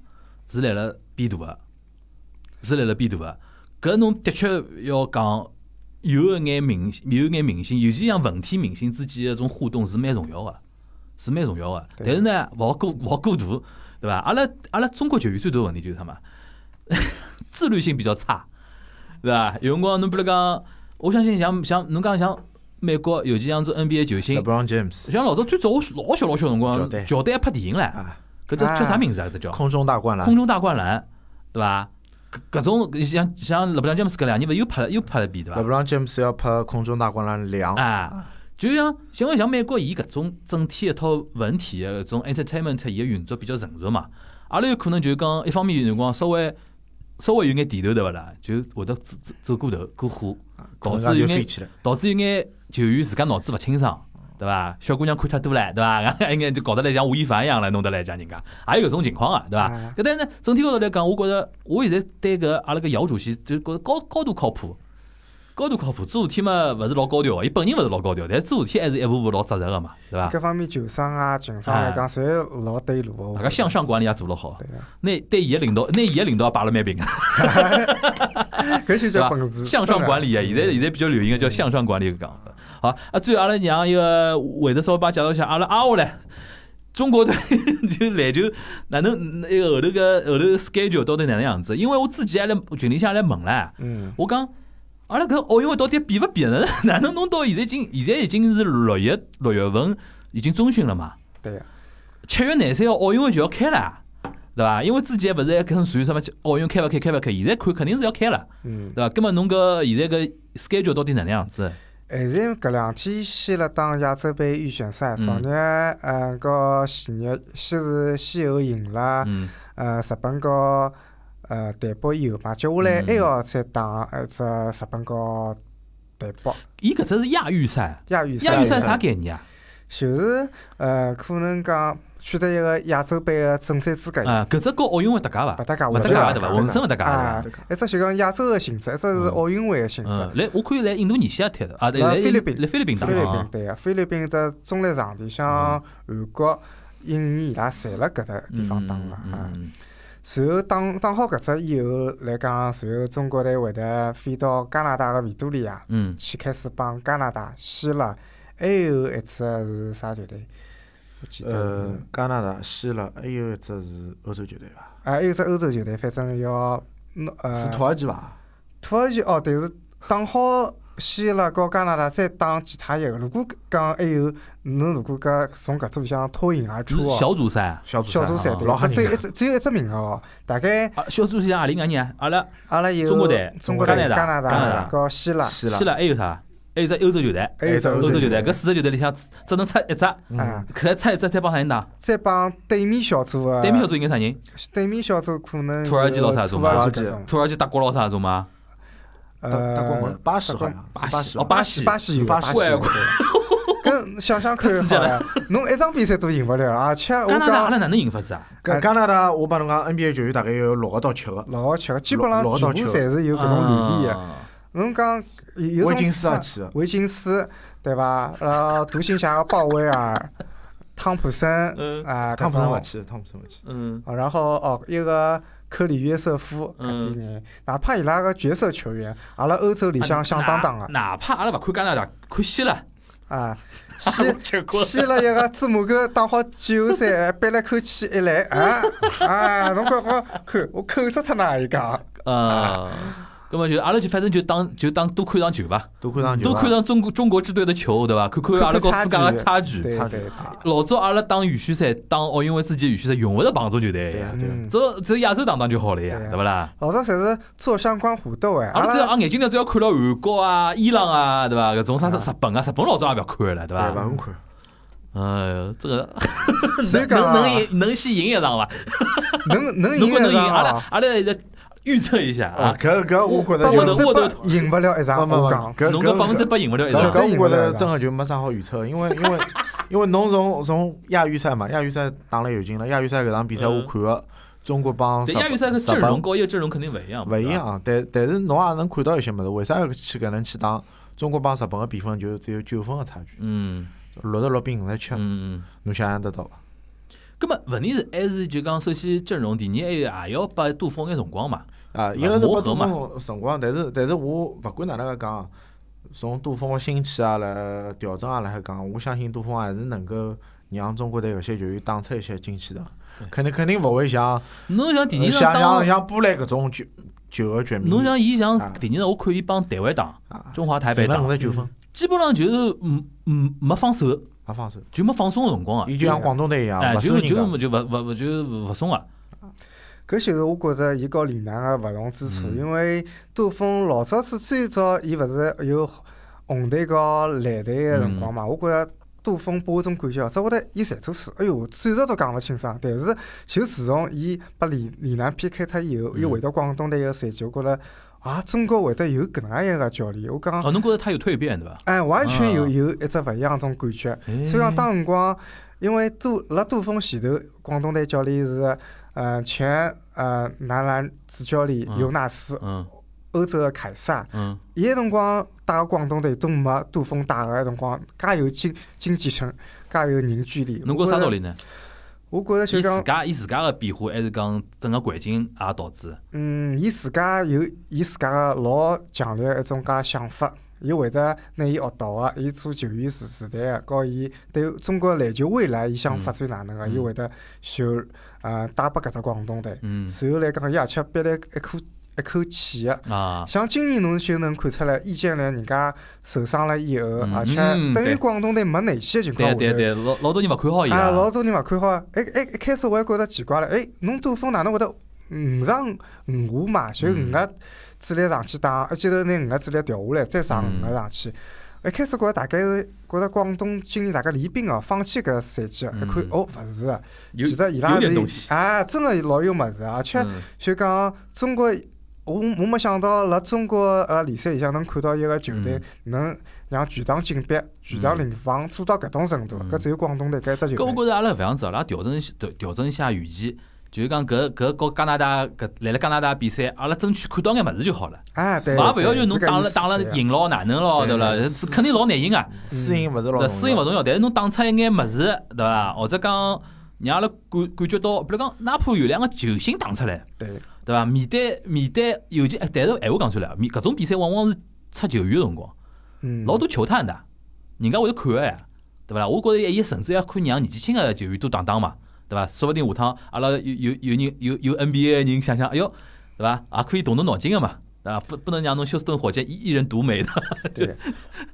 Speaker 2: 是来了变大个，是来了变大个。搿侬的确要讲有一眼明星有一眼明星，尤其像文体明星之间的种互动是蛮重要个，是蛮重要个。
Speaker 1: 对
Speaker 2: 但是呢，勿好过勿好过度，对伐？阿拉阿拉中国球员最大个问题就是啥嘛？ <laughs> 自律性比较差，对伐？有辰光侬比如讲，我相信像像侬讲像美国，尤其像这 NBA 球星，
Speaker 3: LeBron James
Speaker 2: 像老早最早我老小老小辰
Speaker 3: 乔
Speaker 2: 光，
Speaker 3: 丹
Speaker 2: 乔丹还拍电影唻，
Speaker 3: 啊，
Speaker 2: 搿叫
Speaker 1: 啊
Speaker 2: 叫啥名字啊？搿叫
Speaker 3: 空中大灌篮
Speaker 2: 空，中大灌篮，对伐？搿搿种像像勒布朗詹姆斯搿两年勿又拍了又拍了一遍对伐？
Speaker 3: LeBron James 要拍空中大灌篮两，
Speaker 2: 啊，就像像像美国伊搿种整体一套文体的搿种 entertainment 伊个运作比较成熟嘛，阿拉有可能就是讲一方面有辰光稍微稍微有眼甜头对勿啦，就会得走走走过头过火，导
Speaker 3: 空
Speaker 2: 致
Speaker 3: 中
Speaker 2: 有
Speaker 3: 就飞
Speaker 2: 眼
Speaker 3: 起来。
Speaker 2: 导致有眼球员自家脑子勿清爽。对伐？小姑娘看太多了，对 <laughs> 伐？然后一眼就搞得来像吴亦凡一样来弄得来像人家，也有搿种情况啊，对伐？
Speaker 1: 啊
Speaker 2: 搿但是呢，整体高头来讲，我觉着我现在对搿阿拉搿姚主席就觉着高高度靠谱，高度靠谱。做事体嘛，勿是老高调个，伊本人勿是老高调，但是做事体还是一步步老扎实个嘛，对伐？
Speaker 1: 各方面球商啊、情商来讲，侪老对路哦。
Speaker 2: 大家向上管理也做了好，
Speaker 1: 对的，
Speaker 2: 拿对伊个领导，拿伊个领导也摆了蛮平，
Speaker 1: 搿就
Speaker 2: 对
Speaker 1: 叫
Speaker 2: 伐
Speaker 1: 本？事。
Speaker 2: 向上管理啊，
Speaker 1: 真
Speaker 2: 现
Speaker 1: 的
Speaker 2: 在现在比较流行个叫向上管理搿讲法。好啊，最后阿拉让一个韦德稍微帮介绍一下阿拉阿下来。中国队 <laughs> 就篮球哪能那个后头个后头 schedule 到底哪能样子？因为我自己还来群里向还来问唻，
Speaker 1: 嗯，
Speaker 2: 我讲，阿拉搿奥运会到底比勿比呢？ <laughs> 哪能弄到现在已经现在已经是六月六月份已经中旬了嘛？
Speaker 1: 对呀，
Speaker 2: 七月廿三号奥运会就要开了，对伐？因为之前勿是还跟传什么奥运开勿开开勿开，现在看肯定是要开了，
Speaker 1: 嗯
Speaker 2: 对，伐？葛末侬搿现在搿 schedule 到底哪能样子？
Speaker 1: 现在搿两天先辣打亚洲杯预选赛，昨日嗯和前日先是先后赢了
Speaker 2: 嗯
Speaker 1: 呃日本和呃台北以后嘛，接下来
Speaker 2: 嗯
Speaker 1: 还要再打一只日本和台北
Speaker 2: 伊搿只是亚预赛，
Speaker 1: 亚预赛。
Speaker 2: 亚预赛是啥概念啊？
Speaker 1: 就是呃，可能讲取得一个亚洲杯的正赛资格，
Speaker 2: 啊，搿只跟奥运会搭界伐
Speaker 1: 勿？搭界
Speaker 2: 勿
Speaker 1: 混
Speaker 2: 搭
Speaker 1: 搭
Speaker 2: 界
Speaker 1: 界
Speaker 2: 对伐？
Speaker 3: 勿搭界
Speaker 2: 浑身勿搭界
Speaker 1: 啊
Speaker 2: 对伐？，
Speaker 1: 一只就讲亚洲的性质，一只是
Speaker 2: 嗯
Speaker 1: 奥运会的性质
Speaker 2: 嗯。，来，我看来印度尼西亚踢的啊，来
Speaker 1: 啊
Speaker 2: 来
Speaker 1: 菲律宾
Speaker 2: 来菲律宾打
Speaker 1: 菲律
Speaker 2: 啊嗯
Speaker 1: 宾，对个，菲律宾的中立场地，像韩国、印尼伊拉侪辣搿只地方打个
Speaker 2: 嗯
Speaker 1: 啊。
Speaker 2: 嗯
Speaker 1: 随后打打好搿只以后来讲，随后中国队会得飞到加拿大个维多利亚，
Speaker 2: 嗯，
Speaker 1: 去开始帮加拿大、希腊，还有一只是啥球队？我记得
Speaker 3: 呃
Speaker 1: 是，
Speaker 3: 加拿大、希腊，还有一只是欧洲球队伐？
Speaker 1: 啊，还有只欧洲球队，反正要弄
Speaker 3: 是
Speaker 1: 呃
Speaker 3: 土耳其伐？
Speaker 1: 土耳其哦，但是打好希腊和加拿大，再打其他一个。如果讲还有侬如果讲从搿组里向脱颖而
Speaker 2: 就
Speaker 1: 出
Speaker 2: 是
Speaker 1: 哦，
Speaker 2: 小组赛啊。
Speaker 3: 小组哦
Speaker 1: 小组赛
Speaker 2: 啊
Speaker 1: 对
Speaker 3: 老吓
Speaker 1: 只有
Speaker 3: 人
Speaker 1: 一。只只有一只名额哦。大概
Speaker 2: 啊，小组赛阿里哪年？阿拉
Speaker 1: 阿拉有
Speaker 2: 中国队
Speaker 1: 中国队、
Speaker 2: 加
Speaker 1: 加
Speaker 2: 拿
Speaker 1: 拿
Speaker 2: 大加拿
Speaker 1: 大
Speaker 2: 大
Speaker 1: 和希腊，哎
Speaker 3: 希
Speaker 2: 希腊还有啥？还有只欧洲球队，
Speaker 1: 还有一只
Speaker 3: 还有
Speaker 1: 欧
Speaker 3: 一
Speaker 2: 欧
Speaker 1: 洲
Speaker 2: 洲球
Speaker 1: 球
Speaker 2: 队，
Speaker 1: 队
Speaker 2: 搿四个球队里向只只能出一只，
Speaker 1: 啊
Speaker 3: 嗯，，
Speaker 2: 搿出一只再帮啥人打？
Speaker 1: 再帮对面小组的
Speaker 2: 对面小组应该啥人？
Speaker 1: 对面小组可能
Speaker 2: 土耳其
Speaker 1: 有
Speaker 2: 老啥
Speaker 1: 土
Speaker 2: 种吧
Speaker 1: 耳其
Speaker 3: 土耳
Speaker 1: 搿
Speaker 3: 其
Speaker 1: 种，
Speaker 2: 土耳其、德国佬啥种吗？
Speaker 3: 大
Speaker 1: 呃，
Speaker 3: 大国门巴士好像
Speaker 2: 巴西
Speaker 3: 是巴士
Speaker 2: 哦
Speaker 3: 吧
Speaker 2: 巴
Speaker 1: 西
Speaker 2: 西
Speaker 1: 巴西有
Speaker 3: 巴
Speaker 1: 巴
Speaker 3: 西
Speaker 1: 西有
Speaker 2: 外
Speaker 1: 对。
Speaker 2: <laughs>
Speaker 1: 跟想想看
Speaker 2: 刺激
Speaker 1: 好了，侬一场比赛都赢不了，而且啊我
Speaker 2: 加拿大阿
Speaker 1: 讲
Speaker 2: 拉哪能赢法子啊？
Speaker 3: 加加拿大，我帮侬讲，NBA 球员大概有六个到七个，
Speaker 1: 老好吃，基本上
Speaker 3: 老老
Speaker 1: 全
Speaker 3: 到
Speaker 1: 部
Speaker 3: 球
Speaker 1: 侪是有搿种履历的。
Speaker 2: 啊
Speaker 1: 侬讲有有
Speaker 3: 维
Speaker 1: 种
Speaker 3: 金斯啊也去了，
Speaker 1: 维金斯对伐？呃，独行侠个鲍威
Speaker 3: <laughs>
Speaker 1: 尔、汤普森
Speaker 2: 嗯
Speaker 1: 啊，
Speaker 3: 汤普森
Speaker 1: 搿
Speaker 3: 勿
Speaker 1: 种
Speaker 3: 去，汤普森勿去。
Speaker 2: 嗯
Speaker 1: 啊然后哦，一个科里约瑟夫
Speaker 2: 嗯
Speaker 1: 搿点人，哪怕伊拉个角色球员，阿拉欧洲里
Speaker 3: 啊
Speaker 1: 向响当当
Speaker 2: 啊
Speaker 1: 啊
Speaker 2: 哪
Speaker 1: 个
Speaker 2: 哪怕阿拉勿看加拿大，看希腊，
Speaker 3: <laughs>
Speaker 1: 啊，
Speaker 2: <laughs> 我
Speaker 1: 先
Speaker 2: 吃过。
Speaker 1: 先了一个字母哥打好季后 <laughs> 赛，憋了口气一来
Speaker 3: <laughs>
Speaker 1: 啊啊，侬看我看我扣死脱哪一个？
Speaker 2: 啊，葛末就阿拉就反正就当就当多看场球伐，
Speaker 3: 多看场球
Speaker 1: 啊
Speaker 2: 多
Speaker 3: 吧
Speaker 2: 看场中国中国之队的球对伐？看看阿拉和世界个差距。
Speaker 1: 对
Speaker 3: 差距
Speaker 1: 对
Speaker 3: 大。
Speaker 2: 老早阿拉打预选赛，哦打奥运会之前预选赛用勿着帮中球队
Speaker 3: 对
Speaker 2: 呀
Speaker 3: 呀，对呀，
Speaker 1: 嗯，
Speaker 2: 只只亚洲打打就好了呀，
Speaker 1: 对呀
Speaker 2: 对勿啦？
Speaker 1: 老早侪是做相关互动哎，
Speaker 2: 阿
Speaker 1: 阿
Speaker 2: 拉只要
Speaker 1: 拉
Speaker 2: 眼睛呢，只要看到韩国啊、伊朗啊，对伐？搿种啥
Speaker 3: 啊
Speaker 2: 日本啊，日本老早也勿要看了，对
Speaker 3: 对伐？
Speaker 2: 伐？
Speaker 3: 侬看，
Speaker 2: 哎呦，这个
Speaker 1: 所以
Speaker 2: 能
Speaker 1: 讲啊
Speaker 2: 能 <laughs> 能赢能先赢一场伐？
Speaker 1: 能能
Speaker 2: 如
Speaker 1: 赢
Speaker 2: 果能
Speaker 1: 一
Speaker 2: 赢，
Speaker 1: 场
Speaker 2: 阿拉
Speaker 1: 啊，
Speaker 2: 阿拉现在预测一下
Speaker 3: 啊
Speaker 2: 啊，，
Speaker 3: 搿搿我觉
Speaker 1: 百
Speaker 3: 得
Speaker 2: 我
Speaker 3: 就
Speaker 1: 分
Speaker 2: 能
Speaker 1: 之
Speaker 2: 我能
Speaker 1: 百赢不了一场，
Speaker 3: 没
Speaker 1: 我
Speaker 3: 没
Speaker 1: 讲。
Speaker 3: 搿
Speaker 2: 侬
Speaker 3: 搿
Speaker 2: 搿百分之百赢勿了一
Speaker 1: 搿
Speaker 2: 场
Speaker 3: 搿。搿我觉得
Speaker 1: 搿
Speaker 3: 真的就没啥好预测，因为因为 <laughs> 因为侬从从亚预赛嘛，亚预赛打了有劲了，亚预赛搿场比赛我看个中国帮
Speaker 2: 嗯
Speaker 3: 日
Speaker 2: 但亚预赛搿
Speaker 3: 日
Speaker 2: 阵容
Speaker 3: 本
Speaker 2: 和一个阵容肯定啊勿一样，
Speaker 3: 勿一。样，但但是侬也能看到一些物事，为啥要去搿能去打？中国帮日本个比分就只有九分个差距，
Speaker 2: 嗯
Speaker 3: 六十六比五十七，
Speaker 2: 嗯，
Speaker 3: 侬想象得到伐？
Speaker 2: 咁么问题是还是就讲首先阵容，第二还有也要拨杜锋眼辰光嘛。
Speaker 3: 啊，一
Speaker 2: 啊
Speaker 3: 个是
Speaker 2: 磨
Speaker 3: 拨
Speaker 2: 合
Speaker 3: 杜
Speaker 2: 嘛
Speaker 3: 锋辰光，但是但是我勿管哪能介讲，从杜锋个兴起啊来调整啊来讲，我相信杜锋还是能够让中国队搿些球员打出一些惊喜的
Speaker 2: 对，
Speaker 3: 肯定肯定勿会像
Speaker 2: 侬像第二场
Speaker 3: 像像
Speaker 2: 打，
Speaker 3: 像波兰搿种九九个全面，
Speaker 2: 侬像伊像
Speaker 3: 啊
Speaker 2: 第二场，我看伊帮台湾打，
Speaker 3: 啊
Speaker 2: 中华台北
Speaker 3: 赢
Speaker 2: 打
Speaker 3: 了五，十九分，
Speaker 2: 基本上就是嗯嗯没放手，
Speaker 3: 也放手，
Speaker 2: 就没放松个辰光啊。
Speaker 3: 伊就像广东队一样，
Speaker 2: 哎，
Speaker 3: 勿
Speaker 2: 就
Speaker 3: 收
Speaker 2: 就
Speaker 3: 人
Speaker 2: 就勿勿勿就勿松啊。
Speaker 1: 搿就是我觉着伊和李楠个勿同之处，
Speaker 2: 嗯
Speaker 1: 因为杜锋老早子最早伊勿是有红队和蓝队个辰光
Speaker 2: 嗯
Speaker 1: 嘛，我觉着。杜锋拨我种感觉哦，只会得伊馋做事，哎哟，战术都讲勿清爽。但是就自从伊把李李楠 PK 脱以后，
Speaker 2: 嗯
Speaker 1: 伊回到广东队个赛季，我觉着啊，中国会得有搿能介一个教练，我讲
Speaker 3: 啊
Speaker 2: 哦，侬觉着他有蜕变对伐？
Speaker 1: 哎，完全有
Speaker 2: 啊
Speaker 1: 有一只勿一样种感觉。所以
Speaker 2: 哎
Speaker 1: 讲，当辰光，因为杜辣杜锋前头，广东队教练是呃前呃男篮主教练
Speaker 2: 嗯
Speaker 1: 尤纳斯，
Speaker 2: 嗯
Speaker 1: 欧洲个凯撒，
Speaker 2: 嗯
Speaker 1: 伊个辰光带个广东队都没杜锋带个辰光介有经经济性，介有凝聚力。
Speaker 2: 侬觉
Speaker 1: 我
Speaker 2: 着
Speaker 1: 觉
Speaker 2: 啥
Speaker 1: 着
Speaker 2: 道理？呢？
Speaker 1: 我觉着就
Speaker 2: 伊自
Speaker 1: 讲，
Speaker 2: 家伊自家个变化，还是讲整个环境也导致？
Speaker 1: 嗯，伊自家有伊自家个老强烈个一种介想法。伊会得拿伊学到个，伊做球员时时代个，告伊对中国篮球未来伊想
Speaker 2: 嗯
Speaker 1: 发展哪能个，
Speaker 2: 嗯
Speaker 1: 伊会得就呃带拨搿只广东队。
Speaker 2: 嗯
Speaker 1: 随后来讲，伊也吃憋了一口一口气个。
Speaker 2: 啊，
Speaker 1: 像今年侬就能看出来，易建联人家受伤了以后，
Speaker 2: 嗯
Speaker 1: 而且
Speaker 2: 嗯
Speaker 1: 等于
Speaker 2: 对
Speaker 1: 广东队没内线的情况
Speaker 2: 对啊
Speaker 1: 下头，
Speaker 2: 对对，老老多人勿看好伊
Speaker 1: 啊，老
Speaker 2: 啊。
Speaker 1: 多人勿看好。哎哎，一开始我还觉得奇怪了，哎，侬杜锋哪能会得嗯五上五下嘛？就
Speaker 2: 嗯
Speaker 1: 五个主力上去打，一记头拿五个主力调下来，再上五个上去。
Speaker 2: 嗯
Speaker 1: 一开始觉着大概是觉着广东今年大概练兵哦，放弃搿赛季，一看
Speaker 2: 嗯
Speaker 1: 哦勿是个，
Speaker 2: 有
Speaker 1: 其实伊拉
Speaker 2: 有点东西
Speaker 1: 是啊，真个老有物事，啊而且
Speaker 2: 嗯
Speaker 1: 就讲中国，我我没想到辣中国呃联赛里向能看到一个球队
Speaker 2: 嗯
Speaker 1: 能让全场紧逼、全场领防做到搿种程度，
Speaker 2: 嗯
Speaker 1: 搿只有广东队搿一只
Speaker 2: 搿
Speaker 1: 球
Speaker 2: 我
Speaker 1: 队。
Speaker 2: 觉着阿拉搿样子，阿拉调整一下调调整一下预期，就是讲搿搿和加拿大搿来了加拿大比赛，阿拉争取看到眼物事就好了，
Speaker 1: 哎，对，
Speaker 2: 也勿要
Speaker 1: 对
Speaker 2: 就侬
Speaker 1: 这个
Speaker 2: 打
Speaker 1: 意
Speaker 2: 了
Speaker 1: 思
Speaker 2: 打了
Speaker 1: 对
Speaker 2: 赢咯哪能咯，
Speaker 3: 对
Speaker 2: 对伐？
Speaker 3: 对
Speaker 2: 是肯定老难赢啊，
Speaker 3: 输赢勿是老重
Speaker 2: 对，
Speaker 3: 要，
Speaker 2: 输赢勿重要，但是侬打出一眼物事，对伐？或者讲让阿拉感感觉到，比如讲哪怕有两个球星打出来，
Speaker 1: 对，
Speaker 2: 对伐？面对面对尤其，哎但是闲话讲出来，面搿种比赛往往是出球员个辰光。
Speaker 1: 嗯，
Speaker 2: 老多球探的，人家会得看个呀，啊对伐啦？我觉着伊甚至要看让年纪轻个球员多打打嘛，对伐？说不定下趟阿拉有有有人有有 NBA 的人想想，哎哟，对伐？也可以动动脑筋个嘛，对伐？不不能让侬休斯顿火箭一一人独美的，
Speaker 1: 对。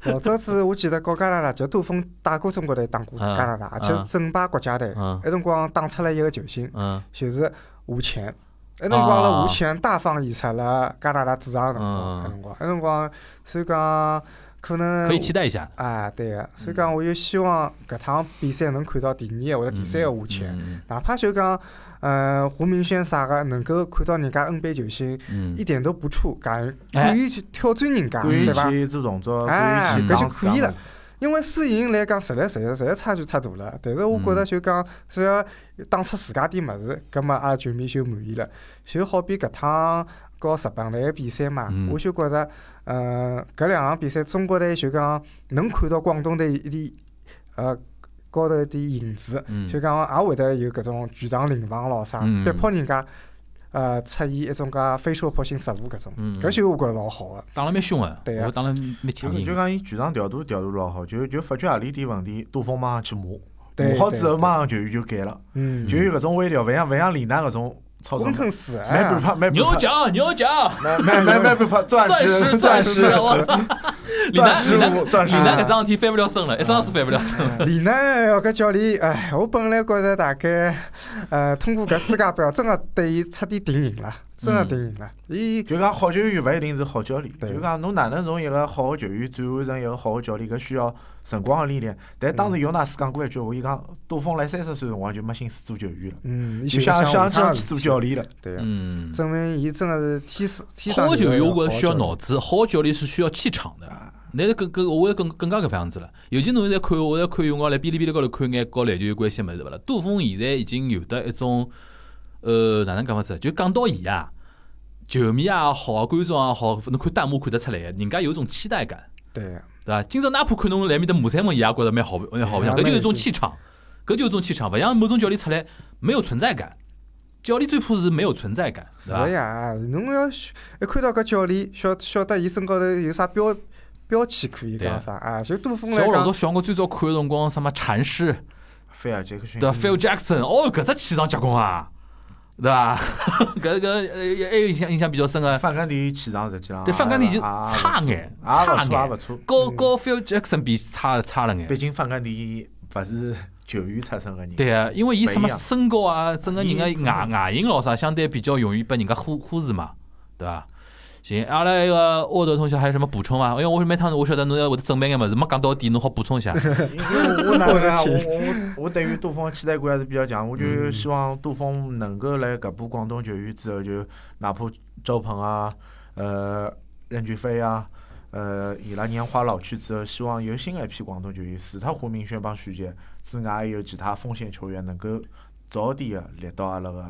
Speaker 1: 老早子我记得搞加拿大，就杜锋打过中国队，打过
Speaker 2: 嗯
Speaker 1: 加拿大，而且
Speaker 2: 嗯
Speaker 1: 正牌国家队，
Speaker 2: 嗯
Speaker 1: 那辰光打出来一个球星，
Speaker 2: 嗯
Speaker 1: 就是吴前。那辰光了，
Speaker 2: 啊
Speaker 1: 吴前大放异彩了加拿大主场的辰光，
Speaker 2: 嗯
Speaker 1: 那辰光，那辰光，所以讲可能
Speaker 2: 可以期待一下。
Speaker 1: 啊，对个，
Speaker 2: 嗯
Speaker 1: 所以讲我就希望搿趟比赛能看到第二个或者第三个吴前，
Speaker 2: 嗯
Speaker 1: 哪怕就讲，呃，胡明轩啥个能够看到人家 NBA 球星，
Speaker 2: 嗯，
Speaker 1: 一点都不怵，敢
Speaker 2: 哎
Speaker 1: 敢于去挑战人家，
Speaker 3: 敢于
Speaker 1: 对伐？
Speaker 3: 去做动作，
Speaker 1: 哎
Speaker 3: 敢于去
Speaker 2: 搿
Speaker 1: 就
Speaker 3: 打
Speaker 1: 可以
Speaker 3: 打
Speaker 1: 了因为输赢来讲，实力实力实力差距太大了。但是我觉
Speaker 2: 嗯
Speaker 1: 着就讲，只要打出自家点物事，葛么阿拉球迷就满意了。就好比搿趟和日本队个比赛嘛，
Speaker 2: 嗯
Speaker 1: 我就觉着，呃，搿两场比赛中国队就讲能看到广东队一点，呃，高头一点影子，
Speaker 2: 嗯
Speaker 1: 就讲也会得有搿种全场领防咯啥，
Speaker 2: 嗯
Speaker 1: 逼迫人家，呃，出现一种介非突破性失误搿种
Speaker 2: 嗯，
Speaker 1: 搿就我觉着老好个。
Speaker 2: 打了蛮凶个，
Speaker 1: 对啊
Speaker 2: 我打了蛮
Speaker 3: 就
Speaker 2: 强硬
Speaker 3: 就。讲伊全场调度调度老好，就就发觉何啊里点问题，杜锋马上去磨，
Speaker 1: 对
Speaker 3: 磨好之后
Speaker 1: 对
Speaker 3: 马上球员就改了，
Speaker 1: 嗯，
Speaker 3: 就有搿种微调，勿像勿像李楠搿种操作
Speaker 1: 温
Speaker 3: 嘛，
Speaker 1: 吞死，
Speaker 3: 没
Speaker 1: 哎呀
Speaker 3: 办法，没
Speaker 2: 牛
Speaker 3: 办法，
Speaker 2: 角牛角，
Speaker 3: 没没没办法，钻
Speaker 2: 钻石
Speaker 3: 石
Speaker 2: 钻石，
Speaker 3: 石，
Speaker 2: 我操！李
Speaker 3: 钻
Speaker 2: 楠
Speaker 3: 石
Speaker 2: 李楠
Speaker 3: 舞，钻
Speaker 2: 李
Speaker 3: 石舞，
Speaker 2: 楠搿桩事体翻不了身了，一桩事翻不了身。
Speaker 1: 李楠要搿教练，哎，啊我本来觉着大概，呃，通过搿世界杯，真个对伊彻底定型了，真
Speaker 3: 嗯
Speaker 1: 个顶瘾了。伊
Speaker 3: 就讲好球员勿一定是好教练，
Speaker 1: 对
Speaker 3: 就讲侬哪能从一个好个球员转换成一个好个教练，搿需要辰光个历练。但当时
Speaker 1: 嗯
Speaker 3: 尤纳斯讲过一句话，伊讲杜锋来三十岁辰光就没心思做球员了，
Speaker 1: 嗯，伊
Speaker 3: 就
Speaker 1: 就
Speaker 3: 想
Speaker 1: 想
Speaker 3: 想
Speaker 1: 这样
Speaker 3: 去做教，练了。
Speaker 1: <laughs> 对个，
Speaker 2: 嗯，
Speaker 1: 证明伊真个是天生天生
Speaker 2: 好
Speaker 1: 就
Speaker 2: 球
Speaker 1: 是
Speaker 2: 员
Speaker 1: 个
Speaker 2: 我觉
Speaker 1: 好
Speaker 2: 着需要
Speaker 1: 教练
Speaker 2: 脑子，好教练是需要气场的。那是更更我会更更加搿副样子了。尤其侬现在看，我现在看有辰光来哔哩哔哩高头看眼和篮球有关系物事对勿啦？杜锋现在已经有得一种呃哪能讲法子？就讲到伊啊，球迷也啊好，观众也好，侬看弹幕看得出来，人家有种期待感。
Speaker 1: 对啊个，
Speaker 2: 对伐？今朝哪怕看侬来面搭骂三门，伊也觉着蛮好，蛮好白相，搿
Speaker 1: 对
Speaker 2: 就有一种气场，搿就有一种气场，勿像某种教练出来没有存在感。教练最怕是没有存在感，
Speaker 1: 是
Speaker 2: 对伐？
Speaker 1: 呀，啊侬要是一看到搿教练，晓晓得伊身高头有啥标标签可以
Speaker 2: 对啊
Speaker 1: 讲啥啊？就杜锋
Speaker 2: 像
Speaker 1: 来
Speaker 2: 我老早
Speaker 1: 讲，
Speaker 2: 小辰光最早看个辰光，什么禅师
Speaker 3: 菲尔杰克逊
Speaker 2: 对伐？Phil 啊 Jackson，哦，搿只气场结棍啊，对伐？ <laughs> 搿搿呃还有印象印象比较深个，
Speaker 3: 范甘迪气场实际上
Speaker 2: 对范甘迪就
Speaker 3: 也也
Speaker 2: 差眼
Speaker 3: 也勿
Speaker 2: 差
Speaker 3: 啊错
Speaker 2: 眼
Speaker 3: 也勿错。
Speaker 2: 高
Speaker 1: 嗯
Speaker 2: 高 Phil Jackson 比差差了眼
Speaker 3: 毕。竟范甘迪勿是球员出身个人，
Speaker 2: 对啊，因为伊什么
Speaker 3: 不一样嗯
Speaker 2: 身高啊，整个人个
Speaker 3: 伊
Speaker 2: 外外形咯啥，相对比较容易被人家忽忽视嘛，对伐？行，阿拉一个沃德同学还有什么补充伐？因为我每趟我晓得侬要会得准备眼物事，没讲到点，侬好补充一
Speaker 3: <laughs>
Speaker 2: 下。
Speaker 3: 因为我我
Speaker 1: 哪
Speaker 3: 觉
Speaker 1: 能
Speaker 3: 着
Speaker 1: 去
Speaker 3: 我我我对于杜锋的期待感还是比较强，我就希望杜锋能够来搿波广东球员之后，就哪怕周鹏啊、呃任俊飞啊、呃伊拉年华老去之后，希望有新的一批广东球员，除脱胡明轩帮徐杰之外，还有其他锋线球员能够早点个立到阿拉个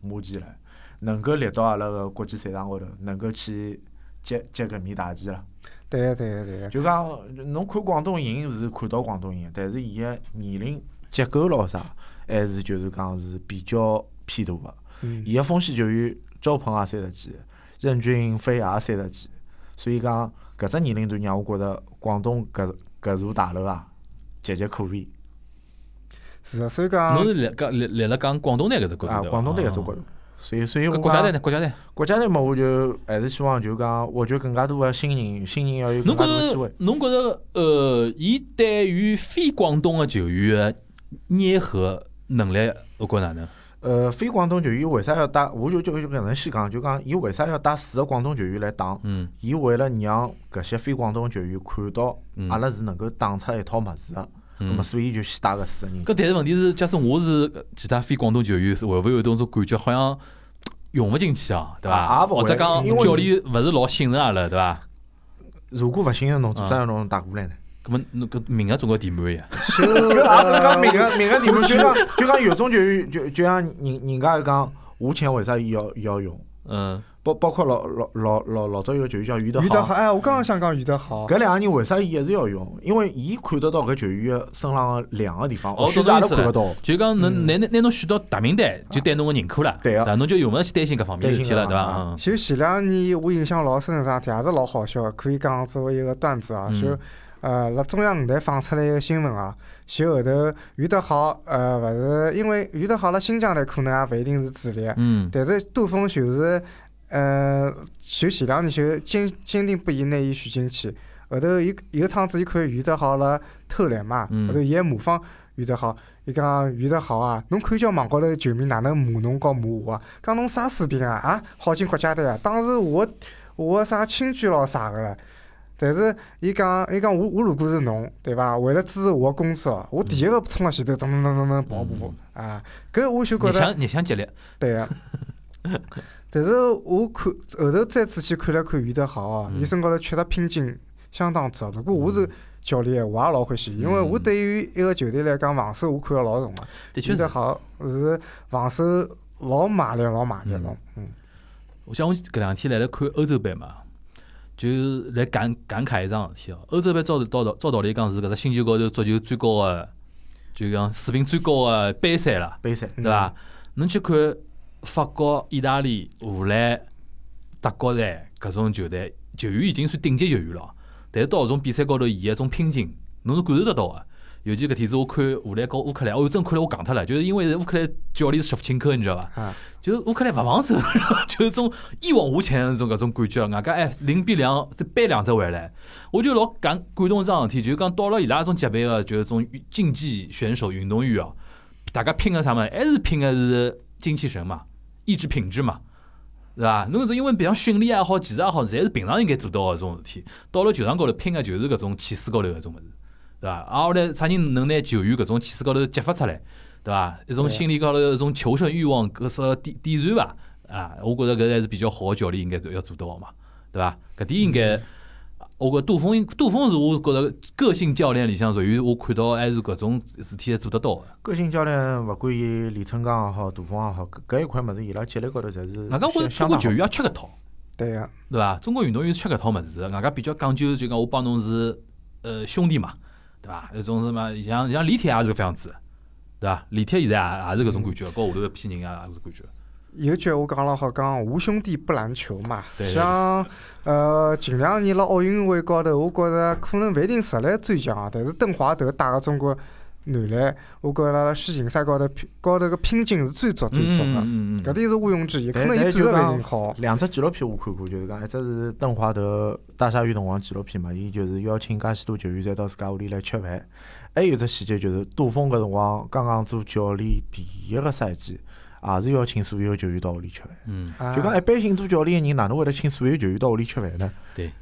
Speaker 3: 马前来，能够立到阿拉个国际赛场高头，能够去接接搿面大旗了。
Speaker 1: 对个对啊个对个，
Speaker 3: 就讲呃侬看广东赢是看到广东赢，但是伊个年龄结构咯啥，还是就是讲是比较偏大个。
Speaker 1: 嗯，
Speaker 3: 伊个锋线球员周鹏也三十几，任俊飞也三十几，所以讲搿只年龄段让我觉着广东搿搿座大楼啊，岌岌可危
Speaker 1: 是个，所以讲
Speaker 2: 侬是来讲来来了讲广东队搿只国家
Speaker 3: 啊！
Speaker 2: 队伐，
Speaker 3: 广东队搿
Speaker 2: 只
Speaker 3: 只国，所以所以我
Speaker 2: 哦搿国家队
Speaker 3: 讲
Speaker 2: 呢？国家队，
Speaker 3: 国家队嘛，我就还是希望就讲挖掘更加多个新人，新人要有
Speaker 2: 侬觉
Speaker 3: 更加多个机会
Speaker 2: 着。侬觉着呃，伊对于非广东个球员个捏合能力，我觉哪能？
Speaker 3: 呃，非广东球员为啥要带？我就就就搿能先讲，就讲伊为啥要带四个广东球员来打？
Speaker 2: 嗯
Speaker 3: 伊为了让搿些非广东球员看到
Speaker 2: 嗯
Speaker 3: 阿拉是能够打出一套物事个，葛
Speaker 2: 嗯
Speaker 3: 末。所以就先带搿四个人。
Speaker 2: 搿但是问题是，假使我是其他非广东球员，是会勿会有种种感觉，好像用勿进去啊，对伐？
Speaker 3: 啊也勿会
Speaker 2: 或者讲
Speaker 3: 因为
Speaker 2: 教练勿是老信任阿拉，对伐？
Speaker 3: 如果勿信任侬，
Speaker 2: 啊
Speaker 3: 做啥要侬打过来呢？
Speaker 2: 搿么侬搿名额总归填满呀。
Speaker 1: 就
Speaker 3: 搿也勿能
Speaker 1: <laughs>
Speaker 3: 讲明
Speaker 1: 呃
Speaker 3: 个明个你们
Speaker 2: <laughs>
Speaker 3: 就讲就讲有种球员就就像人人家讲，无钱为啥要要用？
Speaker 2: 嗯，
Speaker 3: 包包括老老老老老早有个球员叫于德
Speaker 1: 余德
Speaker 3: 豪
Speaker 1: 豪，，哎，我刚刚想讲余德豪，
Speaker 3: 搿两个人为啥伊一直要用？因为伊看得到搿球员个身浪个两个地方，
Speaker 2: 哦
Speaker 3: 或许
Speaker 2: 懂
Speaker 3: 是阿拉
Speaker 2: 侬意思
Speaker 3: 看
Speaker 2: 了
Speaker 3: 勿到。
Speaker 2: 就讲能
Speaker 1: 嗯
Speaker 2: 拿拿拿侬选到大名单，就对侬个认可了，
Speaker 3: 对啊
Speaker 2: 伐？侬就用勿着去担心搿方面事体了，
Speaker 3: 担
Speaker 2: 对
Speaker 3: 心啊
Speaker 2: 伐
Speaker 3: 啊？
Speaker 2: 嗯
Speaker 1: 就前两年我印象老深个啥事体，也是老好笑的，可以讲作为一个段子啊，
Speaker 2: 嗯
Speaker 1: 就呃辣中央五台放出来一个新闻啊，就后头余德豪呃勿是因为余德豪辣新疆队可能也勿一定是主力，
Speaker 2: 嗯
Speaker 1: 但是杜锋就是呃就前两年就坚坚定不移拿伊选进去，后头伊有趟子伊看余德豪辣偷篮嘛，
Speaker 2: 嗯
Speaker 1: 后头伊还模仿。余德豪，伊讲余德豪啊，侬看叫网高头的球迷哪能骂侬和骂我啊？讲侬啥水平啊？啊，好进国家队啊！当时我我啥亲眷咯啥个了，但是伊讲伊讲我我如果是侬，对伐？为了支持我的工作，我第一个冲到前头，噔噔噔噔噔跑步
Speaker 2: 嗯
Speaker 1: 啊！搿我就觉
Speaker 2: 逆
Speaker 1: 着
Speaker 2: 向逆向激励，
Speaker 1: 对
Speaker 2: <laughs>
Speaker 1: 个、但是我看后头再仔细看了看余德豪啊，
Speaker 2: 嗯
Speaker 1: 伊身高头确实拼劲相当足。如果我是教练，我也老欢喜，因为我
Speaker 2: 嗯
Speaker 1: 对于一个球队来讲，防守我看得老重个。
Speaker 2: 的确
Speaker 1: 余德
Speaker 2: 是。
Speaker 1: 豪是防守老卖力，老卖力了。嗯，
Speaker 2: 我想我搿两天来了看欧洲杯嘛，就来感感慨一桩事体哦。欧洲杯照道照道理讲是搿只星球高头足球最高个，就讲水平最高个杯赛了。
Speaker 3: 杯赛，
Speaker 2: 对伐？侬去看法国、意大利、荷兰、德国队搿种球队，球员已经算顶级球员了，但是到搿种比赛高头，伊个种拼劲，侬是感受得到个。尤其搿天子我看荷兰和乌克兰，哦，真看了我戆脱了，就是因为乌克兰教练是舍甫琴科，你知道伐？
Speaker 1: 啊，
Speaker 2: 就是乌克兰勿防守， <laughs> 就是种一往无前的那种搿种感觉。外加哎，零比两再扳两只回来，我就老感感动一桩事体，就是讲到了伊拉种级别个，就是种竞技选手、运动员哦，大家拼个啥物事，还是拼个是精气神嘛，意志品质嘛，是伐？侬搿种因为平常训练也好，技术也好，侪是平常应该做到个种事体。到了球场高头拼个就是搿种气势高头搿种物事，对伐？啊，后来啥人能拿球员搿种气势高头激发出来，对伐？一种
Speaker 1: 对
Speaker 2: 心理高头一种求胜欲望搿是点点燃伐？啊，我觉着搿还是比较好个教练应该要做到个嘛，对伐？搿点应该。我觉杜锋，杜锋是我觉着个性教练里向属于我看到还是搿种事体还做得到个。
Speaker 3: 个性教练勿管伊李春江也好，杜锋也好，搿搿一块物事伊拉积累高头侪是
Speaker 2: 外加我觉着中
Speaker 3: 呃相
Speaker 2: 国
Speaker 3: 当
Speaker 2: 球
Speaker 3: 好。
Speaker 2: 员也吃搿套，
Speaker 1: 对呀，
Speaker 2: 对伐？中国运动员是吃搿套物事的，外加比较讲究，就讲我帮侬是呃兄弟嘛，对伐？那种什么像像李铁也是搿副样子的，对伐？李铁现在也也是搿种感觉，跟下头一批人也也是感觉。
Speaker 1: 有句闲话讲了好讲，无兄弟不篮球嘛。
Speaker 2: 对
Speaker 1: 像呃近两年辣奥运会高头，我觉着可能勿一定实力最强，但是邓华德带个中国男篮，我觉着世锦赛高头拼高头个拼劲是最足最足的，
Speaker 2: 嗯
Speaker 1: 搿点是毋庸置疑。可
Speaker 3: 但
Speaker 1: 能伊
Speaker 3: 但
Speaker 1: 做得勿一
Speaker 3: 就讲
Speaker 1: 定好，
Speaker 3: 两只纪录片我看过，就是讲一只是邓华德大鲨鱼辰光纪录片嘛，伊就是邀请介许多球员侪到自家屋里来吃饭。还有一只细节就是杜锋搿辰光刚刚做教练第一个赛季，也是邀请所有球员到屋里吃饭。
Speaker 2: 嗯，
Speaker 1: 啊
Speaker 3: 就讲一般性做教练个人哪能会得请所有球员到屋里吃饭呢？
Speaker 2: 对，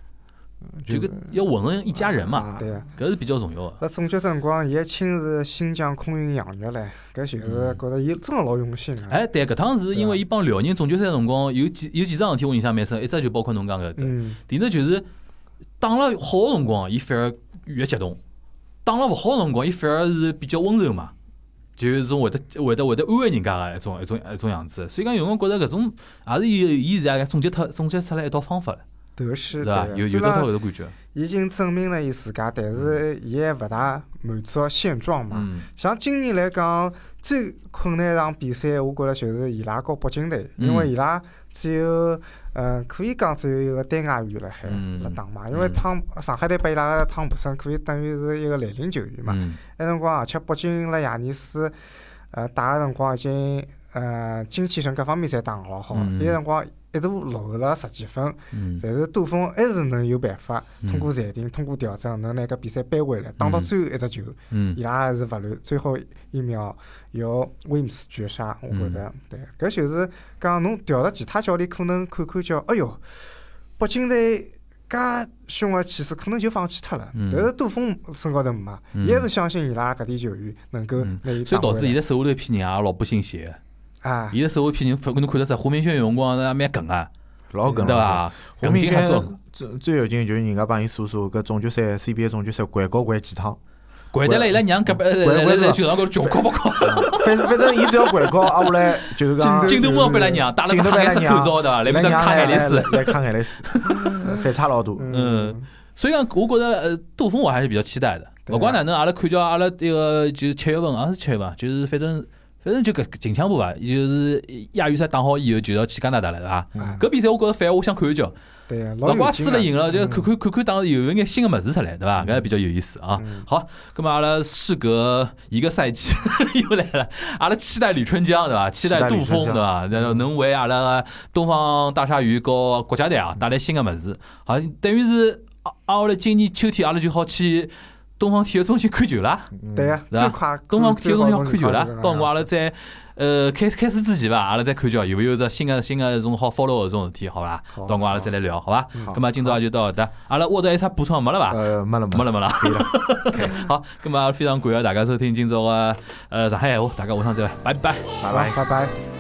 Speaker 3: 就
Speaker 2: 就搿要混成一家人嘛，
Speaker 3: 啊
Speaker 1: 对呀。
Speaker 2: 搿是比较重要的。
Speaker 1: 那总决赛辰光，伊还亲自新疆空运养育嘞，搿就是觉着伊真个老用心啊。
Speaker 2: 哎，对，搿趟是因为伊帮辽宁总决赛辰光有几有几桩事体我印象蛮深，一只就包括侬讲搿只，
Speaker 1: 嗯，
Speaker 2: 第一呢就是打了好个辰光，伊反而越激动；打了勿好个辰光，伊反而是比较温柔嘛，就是种会得会得会得安慰人家个一种一种一种样子。所以讲，有辰光觉着搿种也是伊伊现在总结脱总结出来一套方法了，
Speaker 1: 得失
Speaker 2: 对
Speaker 1: 对
Speaker 2: 伐
Speaker 1: 啊？
Speaker 2: 有
Speaker 1: 虽
Speaker 2: 有得到
Speaker 1: 然
Speaker 2: 搿种感觉，
Speaker 1: 已经证明了伊自家，但是伊还勿大满足现状嘛。
Speaker 2: 嗯
Speaker 1: 像今年来讲，最困难一场比赛，我觉着就是伊拉和北京队，
Speaker 2: 嗯
Speaker 1: 因为伊拉只有，嗯，可以讲只有一个单外援辣海
Speaker 2: 嗯
Speaker 1: 辣打嘛，因为汤上海队拨伊拉个汤普森可以等于是一个蓝领球员嘛。
Speaker 2: 嗯
Speaker 1: 那辰光，而且北京辣亚尼斯，呃，打个辰光已经，呃，精气神各方面侪打得老好。
Speaker 2: 嗯
Speaker 1: 伊个辰光一度落后了十几分，
Speaker 2: 嗯
Speaker 1: 但是杜锋还是能有办法
Speaker 2: 嗯
Speaker 1: 通过裁定、通过调整，能拿搿比赛扳回来。打到
Speaker 2: 嗯
Speaker 1: 最后一只球，
Speaker 2: 嗯
Speaker 1: 伊拉还是勿乱，最后一秒由威姆斯绝杀。我觉
Speaker 2: 嗯
Speaker 1: 着，对，搿就是讲侬调了其他教练，可能看看叫，哎哟，北京队。介凶个气势可能就放弃脱了，
Speaker 2: 嗯
Speaker 1: 但是杜锋身高头没，
Speaker 2: 嗯
Speaker 1: 伊还是相信伊拉搿点球员能够
Speaker 2: 嗯
Speaker 1: 拿伊
Speaker 2: 所
Speaker 1: 打
Speaker 2: 以导
Speaker 1: 回
Speaker 2: 致
Speaker 1: 来
Speaker 2: 现在手下头一批人也老不信邪，
Speaker 1: 啊，
Speaker 2: 现在手下一批人，侬看得出来，胡明轩有辰光也蛮梗啊，
Speaker 3: 老梗
Speaker 2: 对啊
Speaker 3: 了
Speaker 2: 伐？
Speaker 3: 胡
Speaker 2: 梗
Speaker 3: 明
Speaker 2: 劲还
Speaker 3: 轩
Speaker 2: 足，
Speaker 3: 最最有劲就是人家帮伊数数，搿总决赛 CBA 总决赛掼高掼几趟，
Speaker 2: 掼得来伊拉娘搿边来来来球场高头叫哭不哭？
Speaker 3: <laughs> 反反正伊只要掼高，啊下来就是讲
Speaker 2: 镜头摸被伊拉娘，戴了只
Speaker 3: 镜头
Speaker 2: 黑颜
Speaker 3: 被伊哎拉
Speaker 2: 色
Speaker 3: 娘
Speaker 2: 口罩对伐？来面搭
Speaker 3: 娘
Speaker 2: 看眼
Speaker 3: 来
Speaker 2: 泪水。
Speaker 3: 来来看眼泪水， <laughs> 反差老大。
Speaker 2: 嗯，所以讲，我觉得呃，杜锋我还是比较期待的。
Speaker 1: 对啊
Speaker 2: 勿管哪能，阿拉看叫阿拉那个就是七月份，啊好像是七月份，就是反正反正就搿搿近腔部伐，就是亚预赛打好以后就要去加拿大了，对伐？
Speaker 3: 嗯
Speaker 1: 啊
Speaker 2: 搿比赛我觉着反而我想看一瞧，
Speaker 1: 对呀，老
Speaker 2: 勿
Speaker 1: 有
Speaker 2: 管
Speaker 1: 劲
Speaker 2: 输了赢了，就
Speaker 1: 嗯
Speaker 2: 看看看看当时有一眼新的物事出来，对伐？搿还比较有意思啊。
Speaker 1: 嗯
Speaker 2: 好，那么阿拉事隔一个赛季 <laughs> 又来了，阿拉期待吕春江对伐？期待杜锋
Speaker 3: 期待吕春
Speaker 2: 对
Speaker 3: 江
Speaker 2: 伐？然后能为阿拉东方大鲨鱼和国家队啊带来新的物事，好，等于是啊啊，我来今年秋天阿拉就好去东方体育中心看球啦。
Speaker 3: 嗯
Speaker 1: 对，啊呀，
Speaker 2: 是
Speaker 1: 最
Speaker 2: 吧
Speaker 1: 快
Speaker 2: 东方体育中心要看球啦，
Speaker 1: 了，
Speaker 2: 到辰光阿拉再呃开开始之前伐，阿拉再看叫有没有只新的新的这种好 follow 的这种事体，好伐？
Speaker 1: 好
Speaker 2: 到辰光阿拉再来聊，好伐？
Speaker 1: 嗯
Speaker 3: 好
Speaker 2: 那么啊今朝也就到搿搭，阿拉沃德还有啥补充没了伐？
Speaker 3: 呃，没了
Speaker 2: 没
Speaker 3: 没
Speaker 2: 了没了。 <laughs>
Speaker 3: 可以了。
Speaker 2: 好，哎咁啊，非常感谢大家收听今朝个呃上海闲话，大家下趟再会，拜拜。
Speaker 1: 拜拜拜拜。